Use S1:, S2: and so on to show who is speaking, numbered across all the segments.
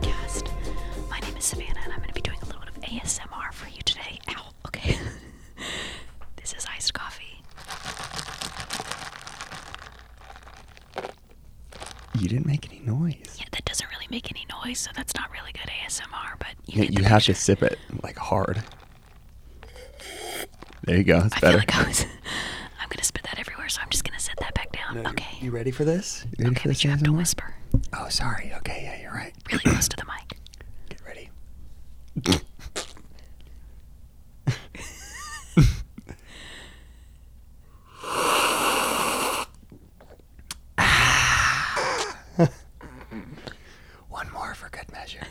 S1: You didn't make any noise.
S2: Yeah, that doesn't really make any noise, so that's not really good ASMR. But you,
S1: You,
S2: get the
S1: you have
S2: picture.
S1: to sip it like hard. There you go. It's
S2: I feel
S1: better.
S2: like I was. I'm gonna spit that everywhere, so I'm just gonna set that back down.
S1: No, you-
S2: okay.
S1: You ready for this? You ready
S2: okay,
S1: for this
S2: but you have to
S1: ASMR?
S2: whisper
S1: Oh, sorry. Okay, yeah, you're right.
S2: really close to the mic.
S1: Get ready. Ah. One more for good measure.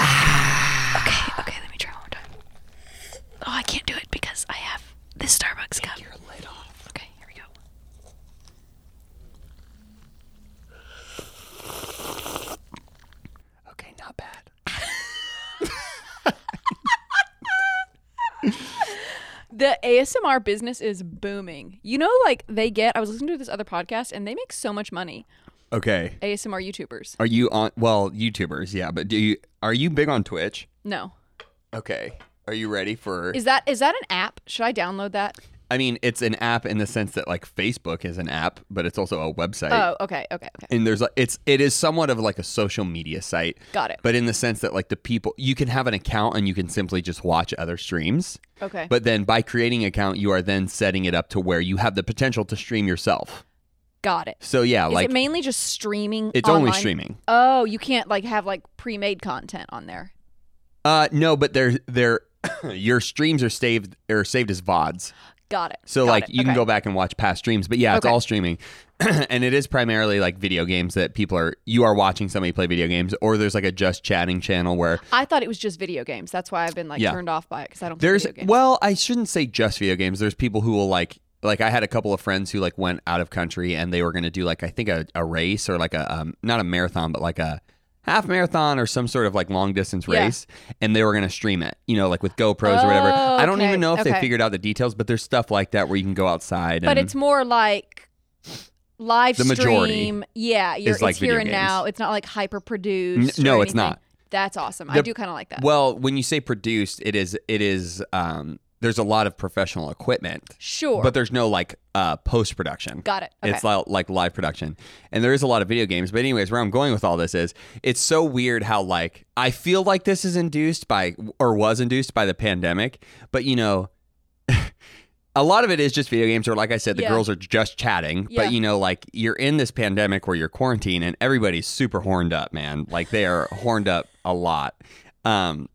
S2: Okay, okay, let me try one more time. Oh, I can't do it because I have this Starbucks cup.
S1: Your lid off.
S2: Okay, here we go.
S1: Okay, not bad.
S3: The ASMR business is booming. You know, like they get. I was listening to this other podcast, and they make so much money.
S1: Okay.
S3: ASMR YouTubers.
S1: Are you on? Well, YouTubers, yeah. But do you are you big on Twitch?
S3: No,
S1: Okay. Are you ready for?
S3: is that is that an app? Should I download that?
S1: I mean, it's an app in the sense that like Facebook is an app, but it's also a website.
S3: Oh, okay, okay, okay.
S1: and there's like it's it is somewhat of like a social media site
S3: Got it.
S1: but in the sense that like the people you can have an account and you can simply just watch other streams
S3: Okay.
S1: but then by creating an account you are then setting it up to where you have the potential to stream yourself
S3: Got it.
S1: so yeah
S3: Is
S1: like
S3: it mainly just streaming?
S1: it's only
S3: online?
S1: streaming
S3: Oh, you can't like have like pre-made content on there.
S1: uh no but they're they're your streams are saved are saved as vods
S3: Got it.
S1: so
S3: Got
S1: like
S3: it.
S1: you can
S3: Okay.
S1: go back and watch past streams but yeah it's
S3: Okay.
S1: all streaming and it is primarily like video games that people are you are watching somebody play video games or there's like a just chatting channel where
S3: I thought it was just video games. That's why I've been like
S1: Yeah.
S3: turned off by it because I don't. play
S1: There's
S3: video games.
S1: well, I shouldn't say just video games. There's people who will like like I had a couple of friends who like went out of country and they were going to do like I think a, a race or like a um, not a marathon but like a half marathon or some sort of like long distance
S3: Yeah.
S1: race and they were going to stream it, you know, like with GoPros or whatever.
S3: Oh,
S1: I don't
S3: okay,
S1: even know if they
S3: okay.
S1: figured out the details, but there's stuff like that where you can go outside
S3: but
S1: and
S3: it's more like live
S1: The majority
S3: stream. Yeah, you're,
S1: is like
S3: it's here
S1: video
S3: and now.
S1: games.
S3: It's not like hyper produced.
S1: N- no, it's not.
S3: That's awesome. I
S1: The-
S3: do kind of like that.
S1: well, when you say produced, it is it is um there's a lot of professional equipment.
S3: sure,
S1: But there's no like uh post production.
S3: got it. Okay.
S1: It's li- like live production. And there is a lot of video games. But, anyways, where I'm going with all this is it's so weird how, like, I feel like this is induced by or was induced by the pandemic. But, you know, a lot of it is just video games, or like I said, the
S3: Yeah.
S1: girls are just chatting.
S3: Yeah.
S1: But, you know, like, you're in this pandemic where you're quarantined and everybody's super horned up, man. Like, they are horned up a lot. Um,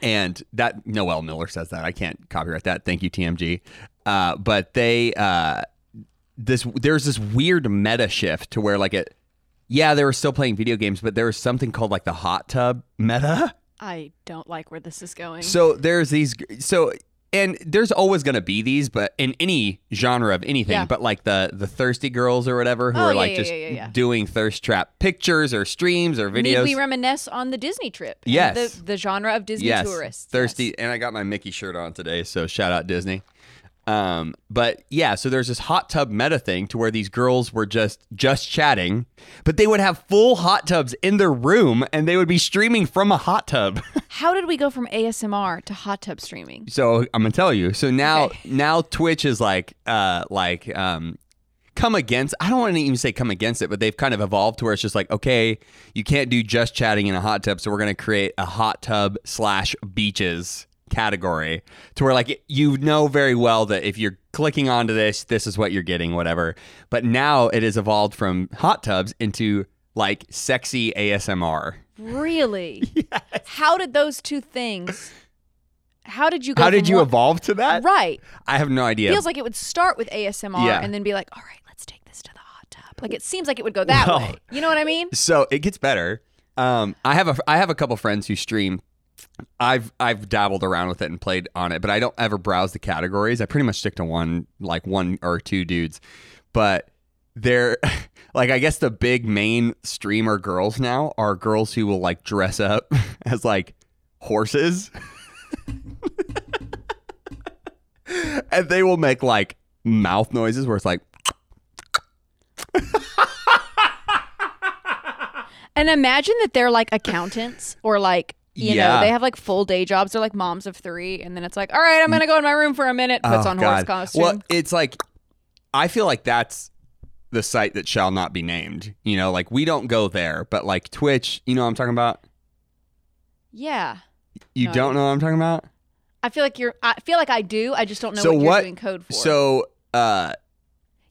S1: and that Noel Miller says that I can't copyright that. Thank you, TMG. Uh, but they uh, this there's this weird meta shift to where like it, yeah, they were still playing video games, but there was something called like the hot tub meta.
S3: I don't like where this is going.
S1: So there's these so and there's always gonna be these, but in any genre of anything,
S3: Yeah.
S1: but like the the thirsty girls or whatever who
S3: Oh,
S1: are
S3: yeah,
S1: like
S3: yeah,
S1: just
S3: yeah, yeah, yeah.
S1: doing thirst trap pictures or streams or
S3: Need
S1: videos.
S3: we reminisce on the Disney trip? and
S1: Yes.
S3: the, the genre of Disney
S1: yes,
S3: tourists.
S1: Thirsty,
S3: Yes.
S1: and I got my Mickey shirt on today, so shout out Disney. Um, but yeah, so there's this hot tub meta thing to where these girls were just just chatting, but they would have full hot tubs in their room and they would be streaming from a hot tub.
S3: How did we go from ASMR to hot tub streaming?
S1: so I'm gonna tell you. So now
S3: Okay.
S1: now Twitch is like uh like um come against I don't want to even say come against it, but they've kind of evolved to where it's just like, okay, you can't do just chatting in a hot tub, so we're gonna create a hot tub slash beaches category to where like you know very well that if you're clicking onto this, this is what you're getting, whatever. But now it has evolved from hot tubs into like sexy ASMR.
S3: Really? How did those two things? How did you? Go
S1: How did
S3: from
S1: you
S3: one-
S1: evolve to that?
S3: Right.
S1: I have no idea.
S3: feels like it would start with ASMR
S1: Yeah.
S3: and then be like, all right, let's take this to the hot tub. Like it seems like it would go that
S1: Well-
S3: way. You know what I mean?
S1: so it gets better. Um, I have a I have a couple friends who stream. I've I've dabbled around with it and played on it, but I don't ever browse the categories. I pretty much stick to one like one or two dudes. But they're like I guess the big main streamer girls now are girls who will like dress up as like horses. and they will make like mouth noises where it's like
S3: And imagine that they're like accountants or like you
S1: Yeah.
S3: know, they have like full day jobs. They're like moms of three, and then it's like, all right, I'm gonna go in my room for a minute. Puts
S1: Oh,
S3: on
S1: God.
S3: horse costume.
S1: Well, it's like I feel like that's the site that shall not be named. You know, like we don't go there, but like Twitch, you know what I'm talking about?
S3: Yeah.
S1: You
S3: No, I
S1: don't know what I'm talking about?
S3: I feel like you're. I feel like I do. I just don't know
S1: So
S3: what,
S1: what-
S3: you're doing code for.
S1: So, uh,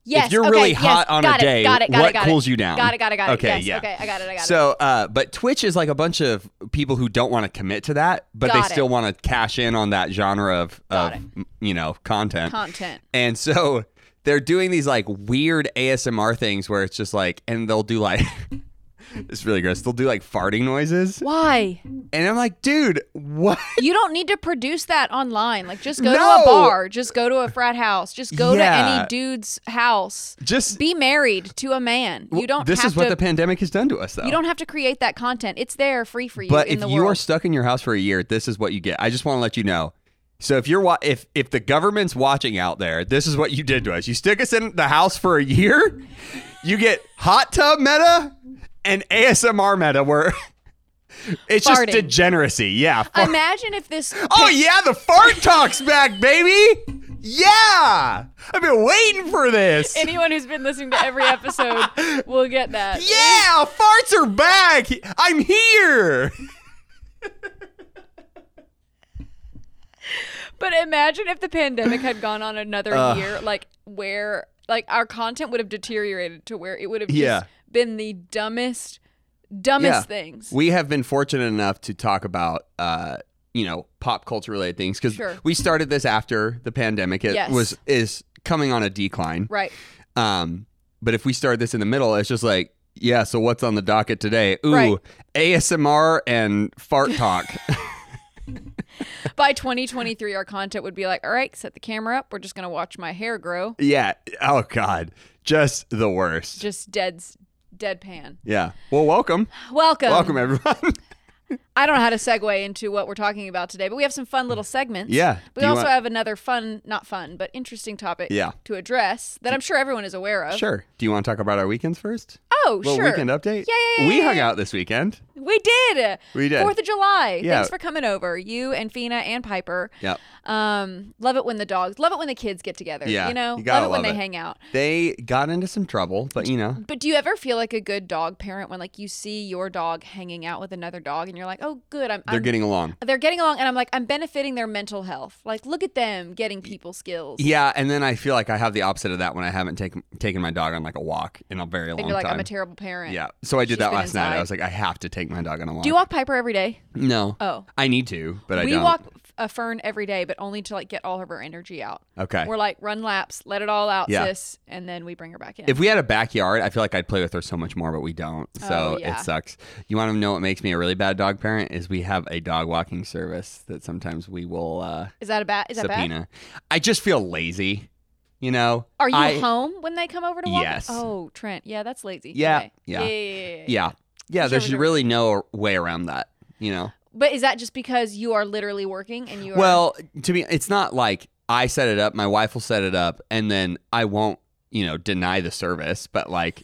S3: yes,
S1: if you're
S3: okay,
S1: really
S3: yes,
S1: hot on
S3: got
S1: a
S3: it,
S1: day,
S3: got it, got
S1: what
S3: it, got
S1: cools
S3: it.
S1: you down?
S3: Got it, got it, got it.
S1: Okay,
S3: yes,
S1: yeah.
S3: Okay, I got it, I got it.
S1: So, uh, but Twitch is like a bunch of people who don't want to commit to that, but
S3: Got
S1: they
S3: it.
S1: still want to cash in on that genre of, of
S3: Got it.
S1: m- you know, content.
S3: Content.
S1: and so they're doing these like weird ASMR things where it's just like, and they'll do like, it's really gross. They'll do like farting noises.
S3: Why?
S1: And I'm like, dude, what?
S3: You don't need to produce that online. Like, just go to
S1: No.
S3: a bar. Just go to a frat house. Just go to
S1: Yeah.
S3: any dude's house.
S1: Just
S3: Be married to a man. You don't.
S1: This
S3: have
S1: is what
S3: to,
S1: the pandemic has done to us, though.
S3: You don't have to create that content. It's there, free for you.
S1: But
S3: in
S1: if
S3: the
S1: you are
S3: world.
S1: stuck in your house for a year, this is what you get. I just want to let you know. So if you're wa- if if the government's watching out there, this is what you did to us. You stick us in the house for a year, you get hot tub meta and ASMR meta where it's
S3: Farting.
S1: just degeneracy. Yeah. fart-
S3: Imagine if this.
S1: oh yeah, the fart talks back, baby. Yeah. I've been waiting for this.
S3: Anyone who's been listening to every episode will get that.
S1: yeah, farts are back. I'm here.
S3: But imagine if the pandemic had gone on another year, like where like our content would have deteriorated to where it would have
S1: Yeah.
S3: just been the dumbest, dumbest things.
S1: We have been fortunate enough to talk about, uh, you know, pop culture related things because
S3: Sure.
S1: we started this after the pandemic. It
S3: Yes.
S1: was is coming on a decline.
S3: right.
S1: Um, but if we started this in the middle, it's just like, yeah. So what's on the docket today? Ooh,
S3: Right.
S1: ASMR and fart talk.
S3: By 2023, our content would be like, all right, set the camera up. We're just gonna watch my hair grow.
S1: yeah. Oh God, just the worst.
S3: Just dead, deadpan.
S1: yeah. Well, welcome,
S3: Welcome.
S1: welcome everyone.
S3: I don't know how to segue into what we're talking about today, but we have some fun little segments.
S1: Yeah.
S3: We
S1: Do you
S3: also
S1: want-
S3: have another fun, not fun, but interesting topic
S1: Yeah.
S3: to address that I'm sure everyone is aware of.
S1: sure. Do you want to talk about our weekends first?
S3: Oh,
S1: Little
S3: sure.
S1: weekend update.
S3: Yeah, yeah, yeah,
S1: We
S3: yeah,
S1: hung
S3: yeah.
S1: out this weekend.
S3: We did.
S1: We did.
S3: Fourth of July.
S1: Yeah.
S3: Thanks for coming over, you and Fina and Piper.
S1: Yep.
S3: Um, love it when the dogs. Love it when the kids get together.
S1: Yeah,
S3: You know,
S1: you gotta
S3: love it when
S1: love
S3: they
S1: it.
S3: hang out.
S1: They got into some trouble, but you know.
S3: But do you ever feel like a good dog parent when like you see your dog hanging out with another dog and you're like, oh, good, I'm.
S1: They're
S3: I'm
S1: getting along.
S3: they're getting along, and I'm like, I'm benefiting their mental health. Like, look at them getting people skills.
S1: Yeah, and then I feel like I have the opposite of that when I haven't taken taken my dog on like a walk in a very long
S3: and you're like,
S1: time.
S3: I'm a terrible parent.
S1: yeah, so I did
S3: She's
S1: that
S3: been
S1: last night.
S3: inside.
S1: I was like, I have to take my dog on a walk.
S3: Do you walk Piper every day?
S1: no,
S3: Oh.
S1: I need to, but I
S3: we
S1: don't.
S3: walk a fern every day, but only to like get all of her energy out.
S1: okay.
S3: We're like run laps, let it all out,
S1: Yeah.
S3: sis, and then we bring her back in.
S1: If we had a backyard, I feel like I'd play with her so much more, but we don't. So
S3: Oh, yeah.
S1: it sucks. You want to know what makes me a really bad dog parent is we have a dog walking service that sometimes we will uh,
S3: is that a bad? Is that bad?
S1: subpoena. I just feel lazy, you know.
S3: Are you
S1: I-
S3: home when they come over to walk?
S1: Yes.
S3: Oh, Trent. Yeah, that's lazy.
S1: Yeah,
S3: Okay.
S1: yeah.
S3: Yeah. yeah, yeah, yeah.
S1: Yeah. Yeah,
S3: Sure,
S1: there's
S3: sure.
S1: really no way around that, you know.
S3: But is that just because you are literally working and you are
S1: Well, to me it's not like I set it up, my wife will set it up and then I won't, you know, deny the service, but like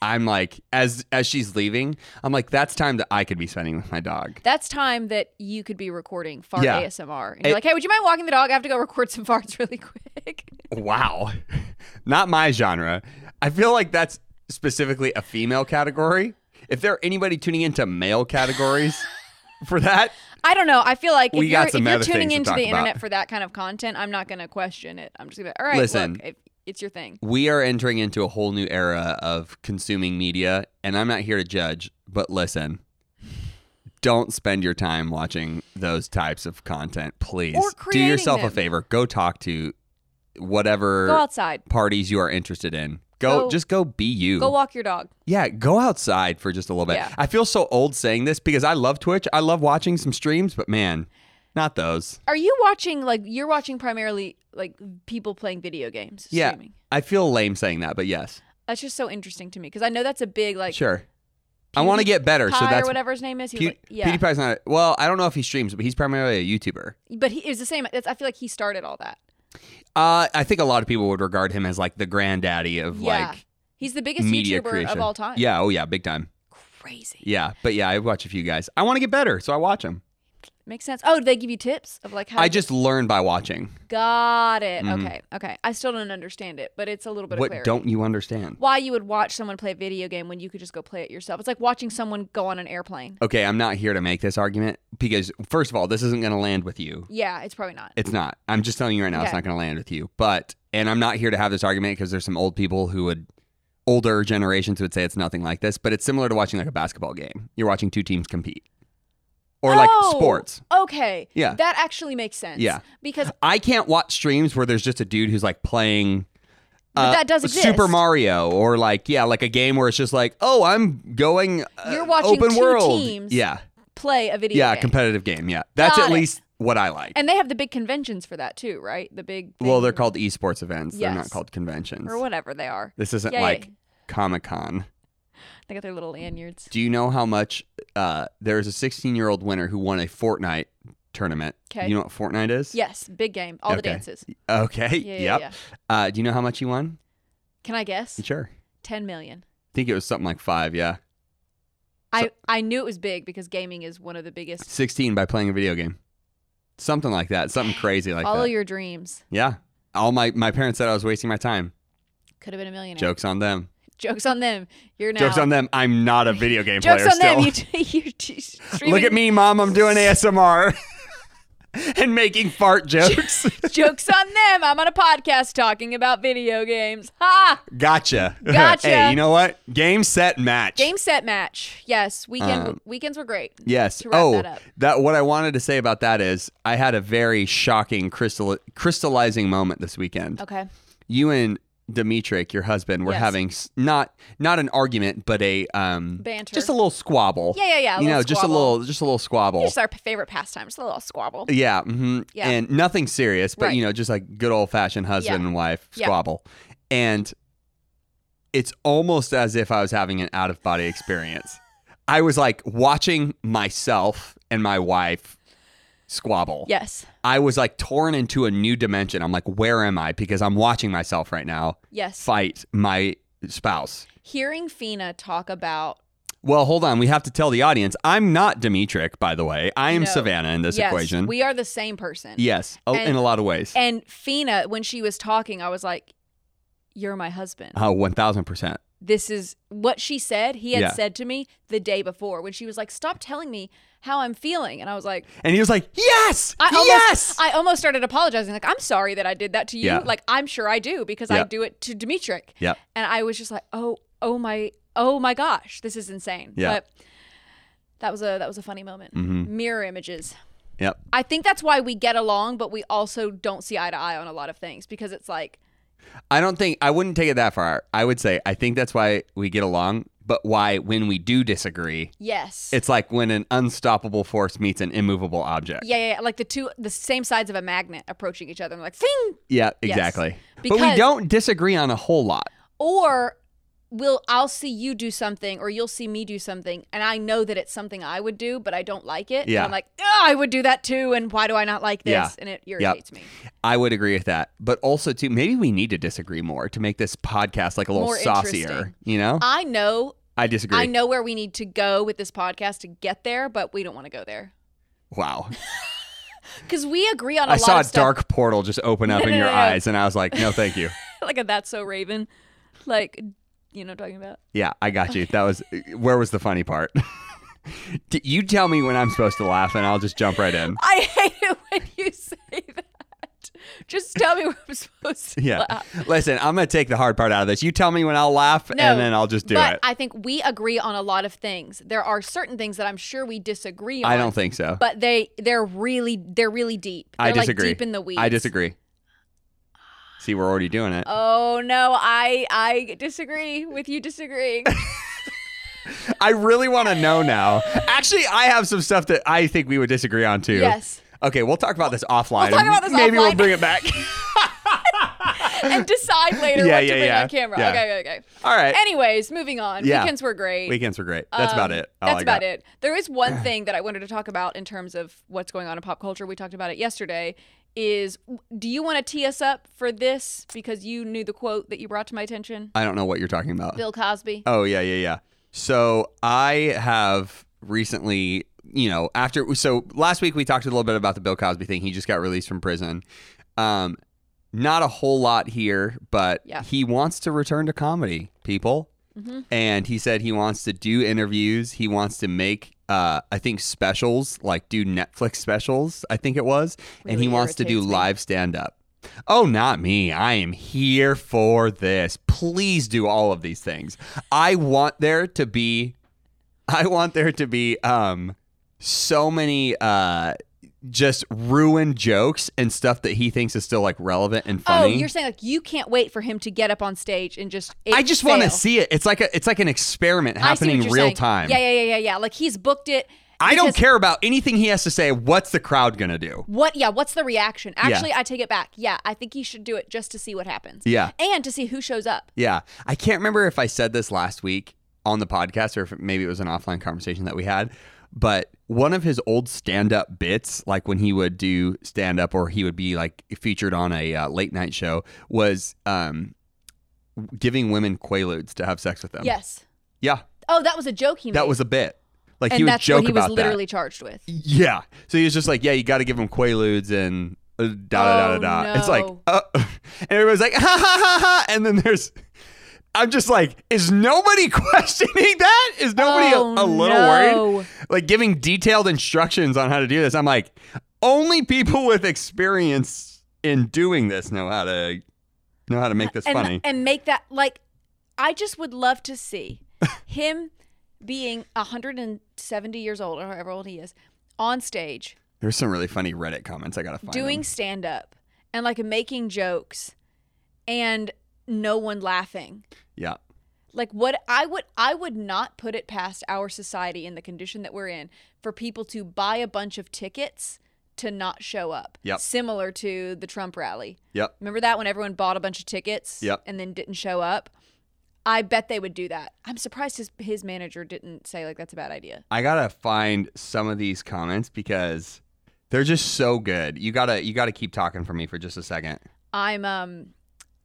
S1: I'm like as as she's leaving, I'm like that's time that I could be spending with my dog.
S3: that's time that you could be recording fart
S1: Yeah.
S3: ASMR. And you're
S1: It-
S3: like, hey, would you mind walking the dog? I have to go record some farts really quick.
S1: Wow. not my genre. I feel like that's specifically a female category. If there are anybody tuning into male categories for that,
S3: I don't know. I feel like if
S1: We got
S3: you're, if
S1: some
S3: you're
S1: other
S3: tuning
S1: things to
S3: into
S1: talk
S3: the
S1: about.
S3: internet for that kind of content, I'm not going to question it. I'm just going to be like, all right,
S1: Listen.
S3: look, if it's your thing.
S1: we are entering into a whole new era of consuming media, and I'm not here to judge, but listen, don't spend your time watching those types of content, please.
S3: Or
S1: Do
S3: creating
S1: yourself
S3: them.
S1: a favor. Go talk to
S3: Go
S1: whatever
S3: outside.
S1: parties you are interested in. Go,
S3: Go-
S1: just go be you.
S3: Go walk your dog.
S1: yeah, go outside for just a little bit.
S3: Yeah.
S1: I feel so old saying this because I love Twitch. I love watching some streams, but man, not those.
S3: Are you watching, like, you're watching primarily, like, people playing video games?
S1: Yeah.
S3: Streaming.
S1: I feel lame saying that, but yes,
S3: That's just so interesting to me because I know that's a big like
S1: sure. I want to get better,
S3: pie
S1: so
S3: or
S1: that's
S3: whatever his name is. He was
S1: Pew-
S3: like, yeah,
S1: PewDiePie's not. A, well, I don't know if he streams, but he's primarily a YouTuber.
S3: but he is the same. That's, I feel like he started all that.
S1: Uh, I think a lot of people would regard him as like the granddaddy of
S3: Yeah.
S1: like
S3: He's the biggest
S1: media
S3: YouTuber
S1: creation
S3: of all time.
S1: Yeah. Oh yeah, big time.
S3: crazy
S1: Yeah, but yeah, I watch a few guys. I want to get better, so I watch them.
S3: Makes sense. Oh, do they give you tips of like how?
S1: I
S3: to-
S1: just learn by watching.
S3: got it. Okay, okay. I still don't understand it, but it's a little bit. of
S1: What
S3: clarity.
S1: don't you understand?
S3: Why you would watch someone play a video game when you could just go play it yourself? It's like watching someone go on an airplane.
S1: Okay, I'm not here to make this argument because first of all, this isn't going to land with you.
S3: Yeah, it's probably not.
S1: It's not. I'm just telling you right now, it's
S3: Okay.
S1: not going to land with you. But and I'm not here to have this argument because there's some old people who would older generations would say it's nothing like this, but it's similar to watching like a basketball game. You're watching two teams compete. Or like
S3: Oh,
S1: sports.
S3: Okay.
S1: Yeah.
S3: That actually makes sense.
S1: Yeah.
S3: Because
S1: I can't watch streams where there's just a dude who's like playing uh,
S3: But that does
S1: Super
S3: exist.
S1: Mario or like yeah, like a game where it's just like, "Oh, I'm going uh,
S3: You're watching
S1: open
S3: two
S1: world."
S3: teams
S1: yeah.
S3: play a video
S1: Yeah,
S3: game.
S1: competitive game. Yeah. That's
S3: Got
S1: at
S3: it.
S1: least what I like.
S3: and they have the big conventions for that too, right? The big
S1: Well, they're
S3: thing-
S1: called esports events. They're not
S3: Yes.
S1: called conventions.
S3: or whatever they are.
S1: This isn't
S3: Yeah, yeah,
S1: like
S3: yeah.
S1: Comic Con.
S3: They got their little lanyards.
S1: Do you know how much? Uh, there's a 16 year old winner who won a Fortnite tournament.
S3: 'Kay.
S1: You know what Fortnite is?
S3: Yes, big game. All the
S1: Okay.
S3: dances.
S1: Okay.
S3: Yeah, yeah,
S1: yep.
S3: yeah.
S1: Uh, do you know how much he won?
S3: Can I guess?
S1: Sure. I
S3: Ten million.
S1: think it was something like five. Yeah.
S3: I I knew it was big because gaming is one of the biggest.
S1: 16 by playing a video game. Something like that. Something crazy like
S3: Follow
S1: that.
S3: your dreams.
S1: yeah. All my my parents said I was wasting my time.
S3: Could have been a millionaire.
S1: Jokes on them.
S3: Jokes on them. You're now.
S1: Jokes on them. I'm not a video game
S3: Jokes
S1: player
S3: on
S1: still.
S3: them. You t- you're t- streaming
S1: Look at me, mom. I'm doing ASMR and making fart jokes.
S3: Jokes on them. I'm on a podcast talking about video games. Ha!
S1: gotcha.
S3: Gotcha.
S1: hey, you know what? Game, set, match.
S3: Game set match. Yes, weekend
S1: Um,
S3: weekends were great.
S1: Yes.
S3: To wrap
S1: Oh,
S3: that up.
S1: what I wanted to say about that is I had a very shocking crystal crystallizing moment this weekend.
S3: Okay.
S1: You and Dimitrik, your husband, were
S3: Yes.
S1: having s- not not an argument, but a um
S3: Banter.
S1: just a little squabble.
S3: Yeah, yeah, yeah. a
S1: you know,
S3: little
S1: just a
S3: squabble.
S1: little just a little squabble.
S3: Just our p- favorite pastime. Just a little squabble.
S1: Yeah, hmm
S3: Yeah.
S1: and nothing serious, but
S3: Right.
S1: you know, just like good old fashioned husband
S3: Yeah.
S1: and wife
S3: Yeah.
S1: squabble, and it's almost as if I was having an out of body experience. I was like watching myself and my wife squabble.
S3: Yes.
S1: I was like torn into a new dimension. I'm like, where am I? Because I'm watching myself right now
S3: Yes.
S1: fight my spouse.
S3: Hearing Fina talk about
S1: Well, hold on. We have to tell the audience. I'm not Dimitrik, by the way. I am
S3: No.
S1: Savannah in this
S3: yes,
S1: equation.
S3: we are the same person.
S1: yes, oh,
S3: And-
S1: in a lot of ways.
S3: And Fina, when she was talking, I was like, "You're my husband."
S1: Oh, 1000%.
S3: this is what she said. He had
S1: Yeah.
S3: said to me the day before when she was like, "Stop telling me how I'm feeling," and I was like.
S1: And he was like, Yes!
S3: I almost,
S1: yes!
S3: I almost started apologizing. Like, I'm sorry that I did that to you.
S1: Yeah.
S3: Like, I'm sure I do because I
S1: Yeah.
S3: do it to Dimitrik.
S1: Yep.
S3: And I was just like, oh, oh my, oh my gosh, this is insane.
S1: Yeah. Mm-hmm.
S3: But that was a that was a funny moment. Mirror images.
S1: yep.
S3: I think that's why we get along, but we also don't see eye to eye on a lot of things because it's like,
S1: I don't think, I wouldn't take it that far. I would say, I think that's why we get along, but why when we do disagree,
S3: yes,
S1: it's like when an unstoppable force meets an immovable object.
S3: yeah, yeah, yeah, like the two the same sides of a magnet approaching each other. And like, thing,
S1: Yeah, exactly. but we
S3: Because-
S1: don't disagree on a whole lot.
S3: or will I'll see you do something or you'll see me do something and I know that it's something I would do but I don't like it
S1: Yeah.
S3: and I'm like "Ah, I would do that too and why do I not like this
S1: Yeah.
S3: and it irritates me
S1: I would agree with that. But also, too, maybe we need to disagree more to make this podcast like a little
S3: More
S1: saucier,
S3: interesting.
S1: you know?
S3: I know
S1: I disagree.
S3: I know where we need to go with this podcast to get there but we don't want to go there
S1: Wow.
S3: cuz we agree on a
S1: I
S3: lot
S1: saw a
S3: of stuff
S1: dark portal just open up
S3: No,
S1: in
S3: no,
S1: your
S3: no, no.
S1: eyes, and I was like, no, thank you.
S3: like a that's so raven like you know what I'm talking about
S1: Yeah, I got you. That was where was the funny part? D- you tell me when I'm supposed to laugh, and I'll just jump right in.
S3: I hate it when you say that just tell me where I'm supposed to
S1: Yeah.
S3: laugh.
S1: Listen, I'm gonna take the hard part out of this. You tell me when I'll laugh,
S3: uh, No,
S1: and then I'll just do
S3: but
S1: it.
S3: I think we agree on a lot of things. There are certain things that I'm sure we disagree on.
S1: I, don't think so.
S3: But they they're really they're really deep. They're
S1: I disagree.
S3: Like deep in the weeds.
S1: I disagree. See, we're already doing it.
S3: Oh no, I I disagree with you disagreeing.
S1: I really want to know now. Actually, I have some stuff that I think we would disagree on too.
S3: yes.
S1: Okay, we'll talk about this offline.
S3: We'll talk
S1: and
S3: about this
S1: Maybe we'll
S3: offline.
S1: bring it back.
S3: And decide later
S1: Yeah,
S3: what
S1: yeah,
S3: to bring
S1: yeah.
S3: on camera.
S1: Yeah.
S3: Okay, okay, okay.
S1: All right.
S3: Anyways, moving on.
S1: Yeah.
S3: Weekends were great.
S1: Weekends were great. That's about
S3: Um,
S1: it. All
S3: That's
S1: I
S3: about
S1: got.
S3: it. There is one thing that I wanted to talk about in terms of what's going on in pop culture. We talked about it yesterday. Is do you want to tee us up for this because you knew the quote that you brought to my attention?
S1: I don't know what you're talking about.
S3: Bill Cosby.
S1: Oh yeah, yeah, yeah. So I have recently you know, after so last week we talked a little bit about the Bill Cosby thing. He just got released from prison. Um, not a whole lot here, but
S3: Yeah. Mm-hmm.
S1: he wants to return to comedy, people. And he said he wants to do interviews. He wants to make, uh, I think, specials, like do Netflix specials, I think it was. and he
S3: Really
S1: wants to do
S3: irritates me.
S1: live stand up. Oh, not me. I am here for this. Please do all of these things. I want there to be I want there to be um so many uh just ruined jokes and stuff that he thinks is still like relevant and funny.
S3: Oh, you're saying like you can't wait for him to get up on stage and just it
S1: I just want to
S3: fail.
S1: see it. It's like a it's like an experiment
S3: I see what
S1: happening
S3: you're
S1: real
S3: saying.
S1: time.
S3: Yeah, yeah, yeah, yeah, yeah. Like he's booked it.
S1: I don't
S3: because-
S1: care about anything he has to say. What's the crowd gonna do?
S3: What? Yeah. What's the reaction? Actually, I take it back. Yeah, I think he should do it just to see what happens.
S1: Yeah.
S3: And to see who shows up.
S1: Yeah. I can't remember if I said this last week on the podcast or if maybe it was an offline conversation that we had, but one of his old stand up bits, like when he would do stand up or he would be like featured on a uh, late night show, was um, giving women Quaaludes to have sex with them.
S3: Yes.
S1: Yeah.
S3: Oh, that was a joke he made.
S1: That was a bit. Like
S3: and
S1: he would
S3: that's
S1: joke
S3: what he was
S1: about that.
S3: literally charged with.
S1: Yeah. So he was just like, yeah, you got to give him Quaaludes and uh, da da da
S3: Oh,
S1: da da. It's like,
S3: no.
S1: uh, and everybody's like, ha ha ha ha. And then there's, I'm just like, is nobody questioning that? Is nobody a-
S3: Oh,
S1: a, little
S3: no.
S1: worried? Like giving detailed instructions on how to do this. I'm like, only people with experience in doing this know how to know how to make this
S3: Uh, and,
S1: funny.
S3: and make that like I just would love to see him being 170 years old or however old he is on stage
S1: There's some really funny Reddit comments I gotta find.
S3: doing
S1: them.
S3: stand up and like making jokes and no one laughing.
S1: yeah.
S3: Like what I would I would not put it past our society in the condition that we're in for people to buy a bunch of tickets to not show up.
S1: Yep.
S3: Similar to the Trump rally.
S1: Yep.
S3: Remember that when everyone bought a bunch of tickets
S1: Yep.
S3: and then didn't show up? I bet they would do that. I'm surprised his his manager didn't say like that's a bad idea.
S1: I gotta find some of these comments because they're just so good. You gotta you gotta keep talking for me for just a second.
S3: I'm um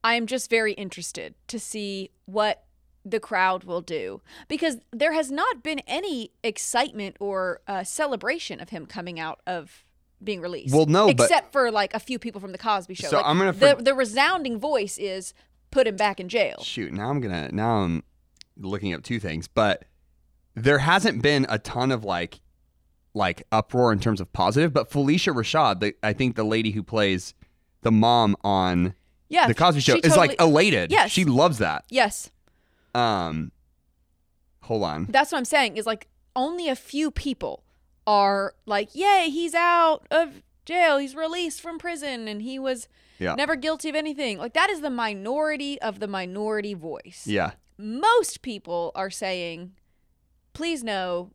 S3: I'm just very interested to see what the crowd will do because there has not been any excitement or uh, celebration of him coming out of being released.
S1: Well, no, but-
S3: except for like a few people from the Cosby Show.
S1: So
S3: Like,
S1: I'm gonna
S3: the
S1: for-
S3: the resounding voice is put him back in jail.
S1: Shoot, now I'm gonna now I'm looking up two things, but there hasn't been a ton of like like uproar in terms of positive. But Felicia Rashad, the, I think the lady who plays the mom on
S3: Yeah,
S1: the Cosby Show,
S3: she
S1: is like
S3: totally-
S1: elated.
S3: Yes.
S1: she loves that.
S3: yes.
S1: Um, hold on.
S3: That's what I'm saying is like only a few people are like, yay, he's out of jail. He's released from prison and he was
S1: Yeah.
S3: never guilty of anything. Like that is the minority of the minority voice.
S1: Yeah,
S3: Most people are saying, please no,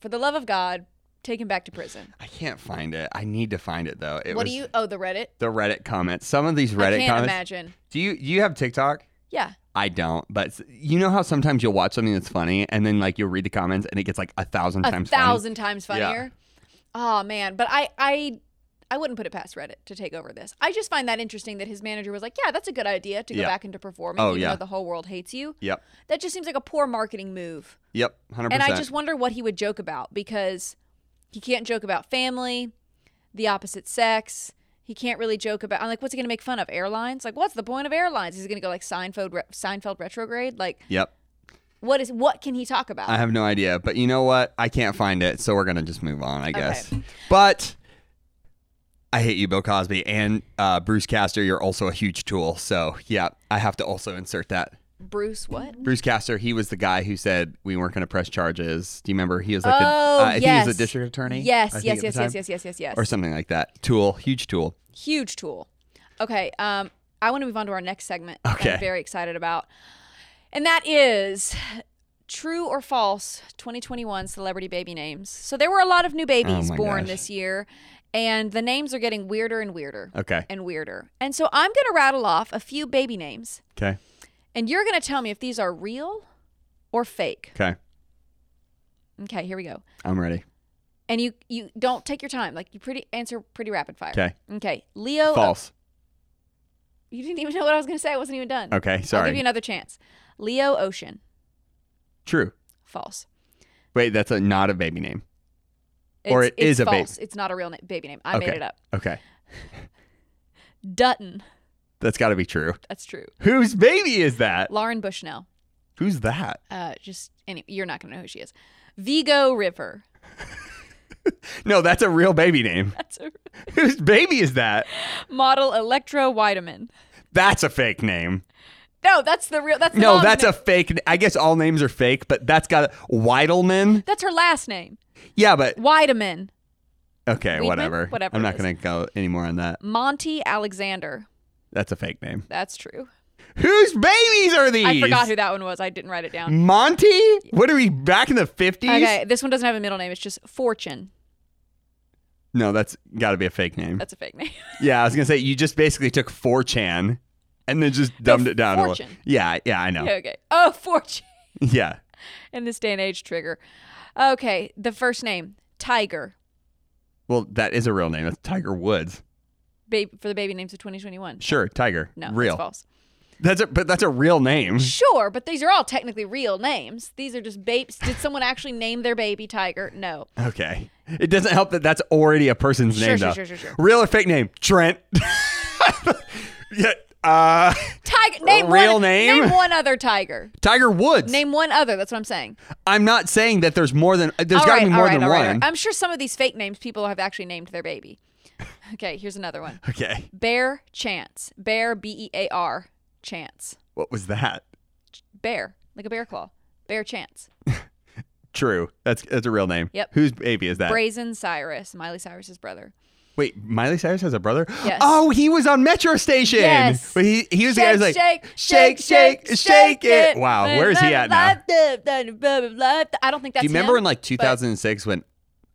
S3: for the love of God, take him back to prison.
S1: I can't find it. I need to find it though. It
S3: what
S1: was
S3: do you, oh, the Reddit?
S1: the Reddit comments. Some of these Reddit
S3: I can't
S1: comments.
S3: imagine.
S1: Do you do you have TikTok?
S3: Yeah.
S1: I don't, but s- you know how sometimes you'll watch something that's funny and then like you'll read the comments and it gets like a thousand
S3: A
S1: times
S3: thousand times
S1: Yeah.
S3: funnier. Oh man, but I I I wouldn't put it past Reddit to take over this. I just find that interesting that his manager was like, "Yeah, that's a good idea to go
S1: Yeah.
S3: back into performing,
S1: Oh,
S3: even
S1: yeah.
S3: though the whole world hates you."
S1: funny. Yep.
S3: That just seems like a poor marketing move.
S1: Yep. 100%.
S3: And I just wonder what he would joke about because he can't joke about family, the opposite sex. He can't really joke about. I'm like, what's he gonna make fun of? Airlines? Like, what's the point of airlines? He's gonna go like Seinfeld, re- Seinfeld retrograde. Like,
S1: Yep.
S3: what is what can he talk about?
S1: I have no idea, but you know what? I can't find it, so we're going to just move on, I guess. But I hate you, Bill Cosby, and uh, Bruce Castor. You're also a huge tool, so yeah, I have to also insert that.
S3: Bruce, what?
S1: Bruce Castor, he was the guy who said we weren't going to press charges. Do you remember? He was like,
S3: Oh,
S1: the, uh, I think he was the
S3: yes.
S1: district attorney. I
S3: Yes,
S1: think
S3: yes,
S1: at the
S3: yes,
S1: time,
S3: yes, yes, yes, yes, yes.
S1: or something like that. Tool, huge tool.
S3: Huge tool. Okay, um, I want to move on to our next segment. that
S1: Okay.
S3: I'm very excited about, and that is true or false 2021 celebrity baby names. So there were a lot of new babies
S1: Oh my
S3: born
S1: gosh.
S3: this year, and the names are getting weirder and weirder
S1: Okay.
S3: and weirder. And so I'm going to rattle off a few baby names,
S1: Okay.
S3: and you're going to tell me if these are real or fake.
S1: Okay.
S3: Okay, here we go.
S1: I'm ready.
S3: And you you don't take your time. Like you pretty answer pretty rapid fire.
S1: Okay.
S3: Okay. Leo
S1: False.
S3: You didn't even know what I was going to say. I wasn't even done.
S1: Okay,
S3: I'll
S1: sorry.
S3: give you another chance. Leo Ocean.
S1: True.
S3: False.
S1: Wait, that's a, not a baby name.
S3: It's,
S1: Or it
S3: it's
S1: is a baby.
S3: false. It's not a real na- baby name. I made
S1: Okay.
S3: it up.
S1: Okay.
S3: Dutton.
S1: That's got to be true.
S3: That's true.
S1: Whose baby is that?
S3: Lauren Bushnell.
S1: Who's that?
S3: Uh, just any, you're not gonna know who she is. Vigo River.
S1: No, that's a real baby name.
S3: That's a
S1: Whose baby is that?
S3: model Electro Weideman.
S1: That's a fake name.
S3: No, that's the real. That's the
S1: No,
S3: mom's
S1: that's
S3: name.
S1: a fake. n- I guess all names are fake, but that's got Weidelman.
S3: That's her last name.
S1: Yeah, but
S3: Weideman.
S1: okay,
S3: Weidman?
S1: whatever.
S3: Whatever
S1: I'm
S3: it
S1: not
S3: is.
S1: gonna go any more on that.
S3: Monty Alexander.
S1: That's a fake name.
S3: That's true.
S1: Whose babies are these?
S3: I forgot who that one was. I didn't write it down.
S1: Monty? What are we back in the 50s?
S3: Okay, this one doesn't have a middle name. It's just Fortune.
S1: No, that's got to be a fake name.
S3: That's a fake name.
S1: Yeah, I was gonna say you just basically took 4chan and then just dumbed it down. a little.
S3: Fortune.
S1: Yeah, yeah, I know. Yeah.
S3: okay. Oh, Fortune. In this day and age, trigger. Okay, the first name Tiger.
S1: Well, that is a real name. That's Tiger Woods.
S3: Babe for the baby names of 2021.
S1: Sure, Tiger.
S3: No,
S1: real.
S3: that's false.
S1: That's a but that's a real name.
S3: Sure, but these are all technically real names. These are just babes. Did someone actually name their baby Tiger? No.
S1: Okay. It doesn't help that that's already a person's
S3: Sure,
S1: name
S3: sure,
S1: though.
S3: sure, sure, sure.
S1: Real or fake name? Trent. yeah. Uh,
S3: Tiger. Name
S1: Real
S3: one,
S1: name?
S3: Name one other Tiger.
S1: Tiger Woods.
S3: Name one other. That's what I'm saying.
S1: I'm not saying that there's more than there's got
S3: All
S1: to
S3: right,
S1: be
S3: all
S1: more
S3: right,
S1: than
S3: all
S1: one.
S3: right, all right. Um, I'm sure some of these fake names people have actually named their baby. Okay, here's another one.
S1: Okay.
S3: Bear Chance. Bear B E A R Chance.
S1: What was that?
S3: Bear like a bear claw. Bear Chance.
S1: True. That's that's a real name.
S3: Yep.
S1: Whose baby is that?
S3: Brazen Cyrus, Miley Cyrus's brother.
S1: Wait, Miley Cyrus has a brother?
S3: Yes.
S1: Oh, he was on Metro Station.
S3: Yes.
S1: But he he was the guy who's like
S3: shake,
S1: shake, shake, shake it. Wow, where is he at now?
S3: I don't think
S1: Do
S3: that's
S1: you remember
S3: him,
S1: in like
S3: but
S1: 2006 when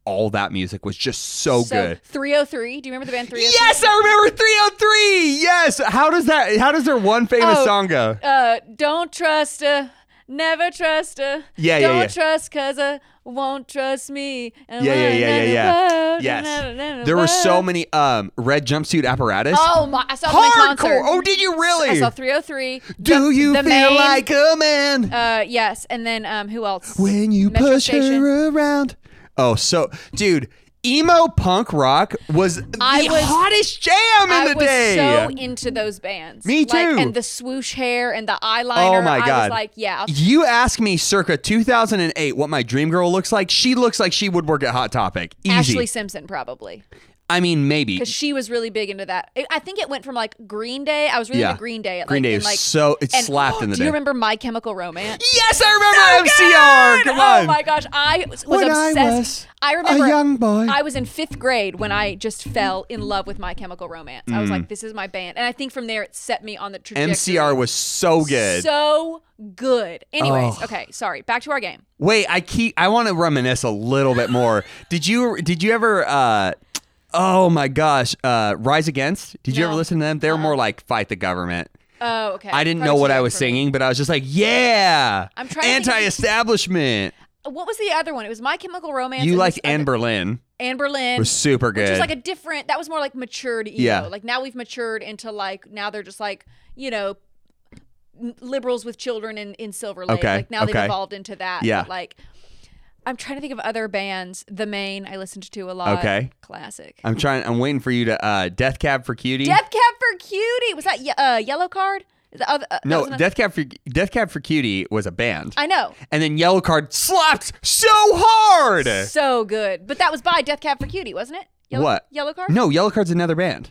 S1: all that music was just so, oh, good?
S3: 303. Do you remember the band 303?
S1: Yes, I remember 303. Yes. How does that how does their one famous
S3: Oh.
S1: song go?
S3: Uh, don't trust a, never trust a.
S1: Yeah, yeah,
S3: Don't
S1: yeah.
S3: trust cause a won't trust me. And
S1: Yeah, yeah,
S3: la-
S1: yeah,
S3: la-
S1: yeah,
S3: la-
S1: yeah.
S3: la- la- la- la-
S1: Yes. There were so many um red jumpsuit apparatus.
S3: Oh my! I saw them in
S1: Hardcore.
S3: concert.
S1: Oh, did you really?
S3: I saw 303.
S1: Do
S3: the-
S1: you
S3: the
S1: feel
S3: main-
S1: like a man
S3: Uh, yes, and then um, who else?
S1: when you
S3: Metro
S1: push
S3: Station.
S1: her around? Oh, so dude, emo punk rock was
S3: I
S1: the
S3: was-
S1: hottest jam in
S3: I
S1: the
S3: was
S1: day.
S3: so into those bands.
S1: Me
S3: Like,
S1: too.
S3: and the swoosh hair and the eyeliner.
S1: Oh my
S3: I was
S1: god!
S3: like, yeah. I'll-
S1: You ask me, circa 2008, what my dream girl looks like. She looks like she would work at Hot Topic. Easy.
S3: Ashley Simpson probably
S1: I mean, maybe.
S3: because she was really big into that. I- I think it went from like Green Day. I was really
S1: Yeah.
S3: into Green Day. At,
S1: Green
S3: like,
S1: Day
S3: in,
S1: is
S3: like,
S1: so it
S3: and-
S1: slapped in the
S3: do
S1: day.
S3: you remember My Chemical Romance?
S1: yes, I remember MCR. Oh, Come on.
S3: Oh my gosh, I was
S1: When I
S3: obsessed.
S1: was
S3: I remember
S1: young boy.
S3: I was in fifth grade when I just fell in love with My Chemical Romance. I was
S1: Mm.
S3: like, this is my band, and I think from there it set me on the trajectory.
S1: MCR was so good.
S3: so good. Anyways,
S1: Oh.
S3: okay, sorry. Back to our game.
S1: Wait, I keep. I want to reminisce a little bit more. did you? Did you ever? uh Oh my gosh, uh Rise Against. Did you
S3: No. Uh-huh.
S1: ever listen to them? They were more like fight the government.
S3: Oh, okay.
S1: I didn't
S3: Thought
S1: know
S3: it
S1: what
S3: too
S1: I
S3: late
S1: was
S3: for me.
S1: singing, but I was just like, yeah.
S3: I'm trying to think of-
S1: Anti-establishment.
S3: What was the other one? It was My Chemical Romance.
S1: You
S3: and
S1: liked
S3: this
S1: Anne
S3: other-
S1: Berlin.
S3: Anne Berlin.
S1: It was super good.
S3: Which is like a different. That was more like matured emo.
S1: Yeah.
S3: Like now we've matured into like now they're just like you know n- liberals with children in in Silver Lake.
S1: Okay,
S3: Like now they've
S1: okay.
S3: evolved into that.
S1: Yeah.
S3: But like I'm trying to think of other bands. The Main I listened to a lot.
S1: Okay.
S3: Classic.
S1: I'm trying. I'm waiting for you to uh, Death Cab for Cutie.
S3: Death Cab for Cutie was that ye- uh, Yellow Card? The other, uh, that
S1: no,
S3: was another-
S1: Death Cab for Death Cab for Cutie was a band,
S3: I know.
S1: and then Yellow Card slapped so hard.
S3: So good. But that was by Death Cab for Cutie, wasn't it? Yellow,
S1: What?
S3: Yellow Card?
S1: no, Yellow Card's another band.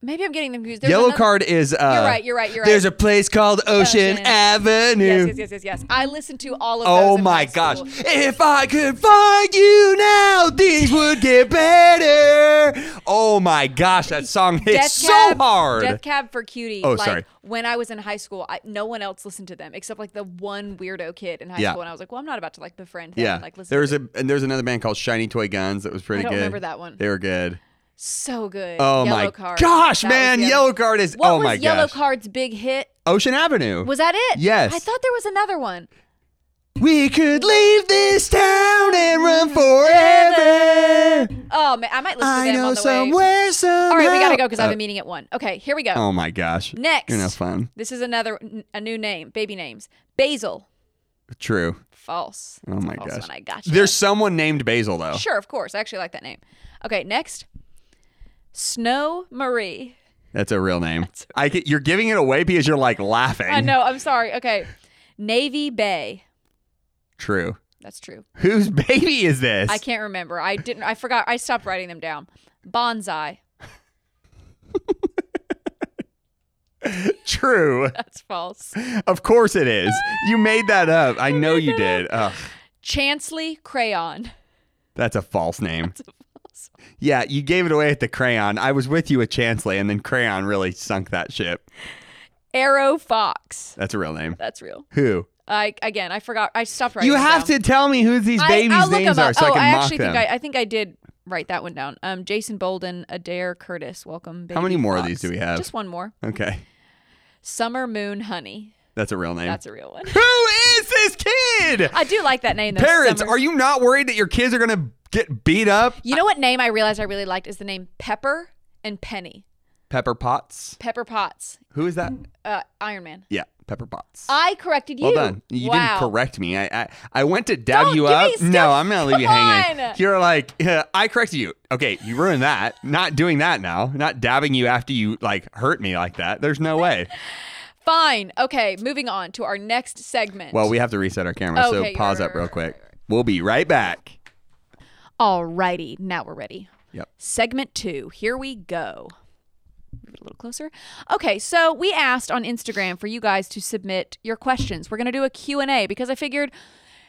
S3: Maybe I'm getting them confused. There's
S1: Yellow
S3: another-
S1: Card is. Uh,
S3: You're right, you're right, you're right.
S1: There's a place called Ocean,
S3: Ocean.
S1: Avenue.
S3: Yes, yes, yes, yes, yes. I listened to all of those.
S1: Oh
S3: in
S1: my
S3: high
S1: gosh!
S3: school.
S1: If I could find you now, things would get better. Oh my gosh, that song hits so
S3: Cab-
S1: hard.
S3: Death Cab for Cutie.
S1: Oh,
S3: like,
S1: sorry.
S3: When I was in high school, I, no one else listened to them except like the one weirdo kid in high
S1: Yeah.
S3: school, and I was like, "Well, I'm not about to like befriend him."
S1: yeah,
S3: and, like listen.
S1: there was
S3: to
S1: a and there's another band called Shiny Toy Guns that was pretty
S3: don't
S1: good.
S3: remember that one.
S1: They were good.
S3: so good.
S1: Oh
S3: Yellow
S1: my
S3: card.
S1: gosh,
S3: That was
S1: man!
S3: the other-
S1: Yellow Card is
S3: What
S1: oh
S3: was
S1: my
S3: Yellow
S1: gosh.
S3: Card's big hit?
S1: Ocean Avenue.
S3: Was that it?
S1: Yes.
S3: I thought there was another one.
S1: we could leave this town and run forever.
S3: Oh man, I might listen
S1: I
S3: to them
S1: know
S3: on the way.
S1: somewhere somehow.
S3: All right, we gotta go because I have
S1: Uh,
S3: a meeting at one. Okay, here we go.
S1: Oh my gosh!
S3: Next.
S1: you're no fun.
S3: This is another a new name, baby names. Basil.
S1: True.
S3: False.
S1: Oh
S3: That's a
S1: my
S3: false
S1: gosh.
S3: one. I got you.
S1: There's someone named Basil though.
S3: Sure, of course. I actually like that name. Okay, next. Snow Marie.
S1: That's a real name. I get, you're giving it away because you're like laughing.
S3: I know, I'm sorry. Okay. Navy Bay.
S1: True.
S3: That's true.
S1: Whose baby is this?
S3: I can't remember. I didn't I forgot I stopped writing them down. Bonsai.
S1: True.
S3: That's false.
S1: Of course it is. You made that up. I know you did. Ugh,
S3: Chansley Crayon.
S1: that's a false name. Yeah, you gave it away at the crayon. I was with you at Chansley, and then crayon really sunk that ship.
S3: Arrow Fox.
S1: That's a real name.
S3: That's real.
S1: Who?
S3: I again, I forgot. I stopped writing.
S1: You have to tell me who these babies'
S3: I, I'll look
S1: names
S3: them up.
S1: are, so
S3: oh,
S1: I can mock
S3: actually
S1: them.
S3: think I, I think I did write that one down. Um, Jason Bolden, Adair Curtis, welcome. Baby
S1: How many more of
S3: Fox.
S1: these do we have?
S3: Just one more.
S1: Okay,
S3: Summer Moon Honey.
S1: that's a real name.
S3: That's a real one.
S1: Who is this kid?
S3: I do like that name. Though,
S1: Parents,
S3: Summer-
S1: are you not worried that your kids are gonna get beat up?
S3: You know what name I realized I really liked is the name Pepper and Penny.
S1: Pepper Potts.
S3: Pepper Potts,
S1: Who is that?
S3: uh, Iron Man.
S1: Yeah, Pepper Potts.
S3: I corrected Uh, you.
S1: Well done. You
S3: wow.
S1: didn't correct me. I, I I went to dab
S3: Don't
S1: you
S3: give me
S1: up.
S3: stuff.
S1: No, I'm gonna leave you
S3: Come
S1: hanging.
S3: on.
S1: You're like, "Yeah, I corrected you. Okay, you ruined that. Not doing that now. Not dabbing you after you like hurt me like that. There's no way.
S3: Fine. Okay, moving on to our next segment.
S1: well, we have to reset our camera,
S3: Okay,
S1: so pause
S3: right,
S1: up
S3: right,
S1: real
S3: right,
S1: quick. We'll be right back.
S3: Alrighty, now we're ready.
S1: Yep.
S3: Segment two. Here we go. Move it a little closer. Okay, so we asked on Instagram for you guys to submit your questions. We're gonna do a Q and A because I figured,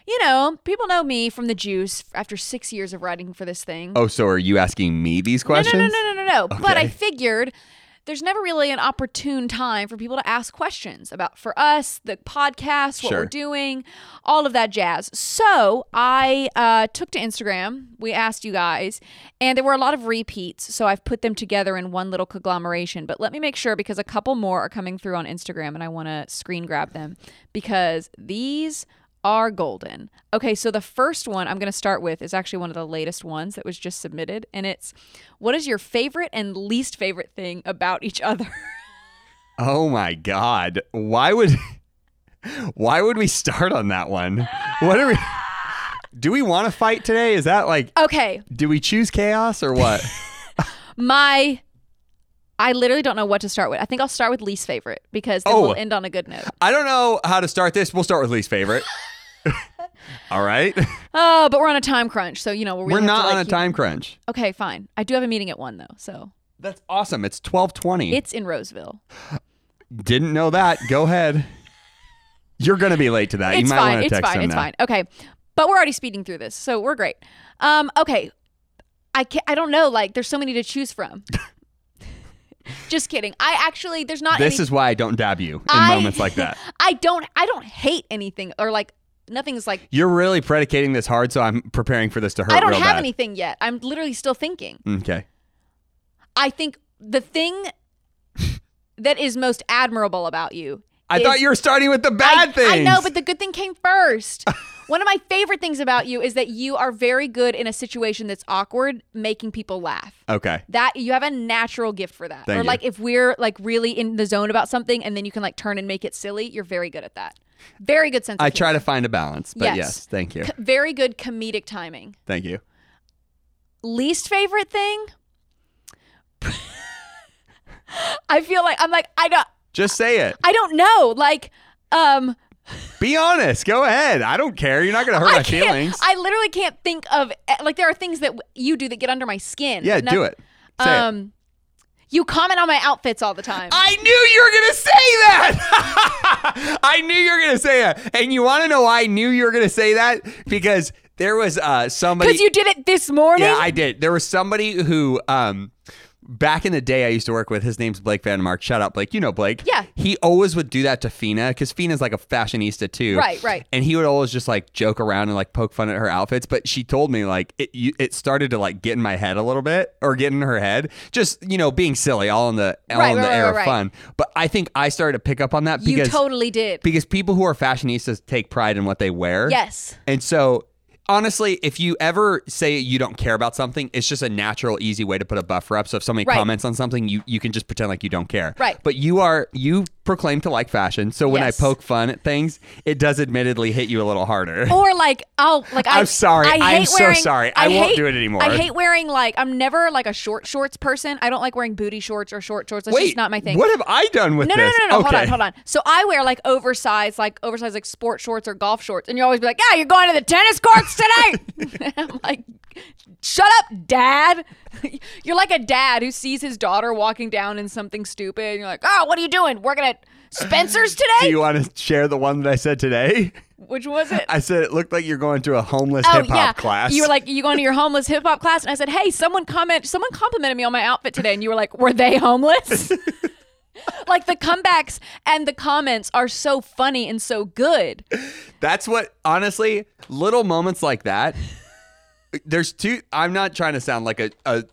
S3: you know, people know me from the juice after six years of writing for this thing.
S1: Oh, so are you asking me these
S3: no, no,
S1: questions?
S3: no, no, no, no, no. But I
S1: Okay.
S3: figured there's never really an opportune time for people to ask questions about for us, the podcast, what
S1: Sure.
S3: we're doing, all of that jazz. So I uh, took to Instagram. We asked you guys, and there were a lot of repeats. So I've put them together in one little conglomeration. But let me make sure because a couple more are coming through on Instagram, and I want to screen grab them because these are golden. Okay, so the first one I'm going to start with is actually one of the latest ones that was just submitted, and it's what is your favorite and least favorite thing about each other?
S1: Oh my god. Why would why would we start on that one? What are we Do we want to fight today? Is that like
S3: okay,
S1: do we choose chaos or what?
S3: my. I literally don't know what to start with. I think I'll start with least favorite because then
S1: Oh.
S3: we'll end on a good note.
S1: I don't know how to start this. We'll start with least favorite. All right.
S3: Oh, but we're on a time crunch, so you know we're,
S1: We're not on a
S3: time.
S1: time crunch.
S3: Okay, fine. I do have a meeting at one though, so
S1: That's awesome. It's 1220.
S3: it's in Roseville.
S1: Didn't know that. Go ahead. You're going to be late to that. Uh, you
S3: it's
S1: might
S3: fine.
S1: want to
S3: It's
S1: text
S3: fine.
S1: him
S3: It's
S1: now.
S3: fine. Okay, but we're already speeding through this, so we're great. Um, okay, I can I don't know. Like, there's so many to choose from. Just kidding. I actually there's not.
S1: This
S3: Uh, any,
S1: is why I don't dab you in
S3: I-
S1: moments like that.
S3: I don't. I don't hate anything or like nothing's like.
S1: You're really predicating this hard, so I'm preparing for this to hurt
S3: I don't
S1: real
S3: have
S1: bad.
S3: anything yet. I'm literally still thinking.
S1: Okay.
S3: I think the thing that is most admirable about you.
S1: I
S3: is-
S1: thought you were starting with the bad
S3: I,
S1: things.
S3: I know, but the good thing came first. One of my favorite things about you is that you are very good in a situation that's awkward, making people laugh.
S1: okay.
S3: That you have a natural gift for that.
S1: Thank
S3: or
S1: you.
S3: like if we're like really in the zone about something and then you can like turn and make it silly, you're very good at that. Very good sense of
S1: I try
S3: humor.
S1: to find a balance, but yes,
S3: Yes.
S1: thank you.
S3: C- very good comedic timing.
S1: Thank you.
S3: Least favorite thing? I feel like I'm like I don't
S1: Just say it.
S3: I don't know. Like um
S1: Be honest. Go ahead. I don't care. You're not going to hurt
S3: I
S1: my
S3: can't.
S1: feelings.
S3: I literally can't think of eh, like there are things that you do that get under my skin.
S1: yeah,
S3: And
S1: do
S3: I-
S1: it. Say it. Ah,
S3: um, you comment on my outfits all the time.
S1: I knew you were going to say that. I knew you were going to say that. And you want to know why I knew you were going to say that? Because there was uh, somebody.
S3: Because you did it this morning.
S1: Yeah, I did. There was somebody who, um, back in the day, I used to work with. His name's Blake Van Mark. Shout out, Blake. You know Blake.
S3: Yeah.
S1: He always would do that to Fina because Fina's like a fashionista too.
S3: Right, right.
S1: And he would always just like joke around and like poke fun at her outfits. But she told me like it, you, it started to like get in my head a little bit or get in her head, just you know being silly, all in the all
S3: Right,
S1: in the
S3: right,
S1: air
S3: right,
S1: of
S3: right.
S1: fun. But I think I started to pick up on that
S3: you
S1: because
S3: totally did.
S1: because people who are fashionistas take pride in what they wear.
S3: yes.
S1: And so honestly, if you ever say you don't care about something, it's just a natural, easy way to put a buffer up. So if somebody
S3: Right.
S1: comments on something, you, you can just pretend like you don't care.
S3: Right.
S1: But you are you proclaim to like fashion. So when
S3: Yes.
S1: I poke fun at things, it does admittedly hit you a little harder.
S3: Or like, oh, like I,
S1: I'm sorry.
S3: I hate
S1: I'm so
S3: wearing,
S1: sorry. I won't
S3: hate-
S1: do it anymore.
S3: I hate wearing like I'm never like a short shorts person. I don't like wearing booty shorts or short shorts. That's just not my thing.
S1: What have I done with
S3: no, no, no,
S1: this?
S3: no, no. Hold
S1: Okay.
S3: on, hold on. So I wear like oversized, like oversized, like sport shorts or golf shorts, and you always be like, "Yeah, you're going to the tennis courts tonight." I'm like, "Shut up, Dad." you're like a dad who sees his daughter walking down in something stupid, and you're like, "Oh, what are you doing? Working at Spencer's
S1: Do
S3: today?"
S1: you want to share the one that I said today?
S3: Which was it?
S1: I said it looked like you're going to a homeless
S3: Oh
S1: hip hop
S3: yeah,
S1: class.
S3: you were like, you going to your homeless hip hop class, and I said, hey, someone comment, someone complimented me on my outfit today, and you were like, were they homeless? like the comebacks and the comments are so funny and so good.
S1: That's what honestly, little moments like that. There's two. I'm not trying to sound like a a,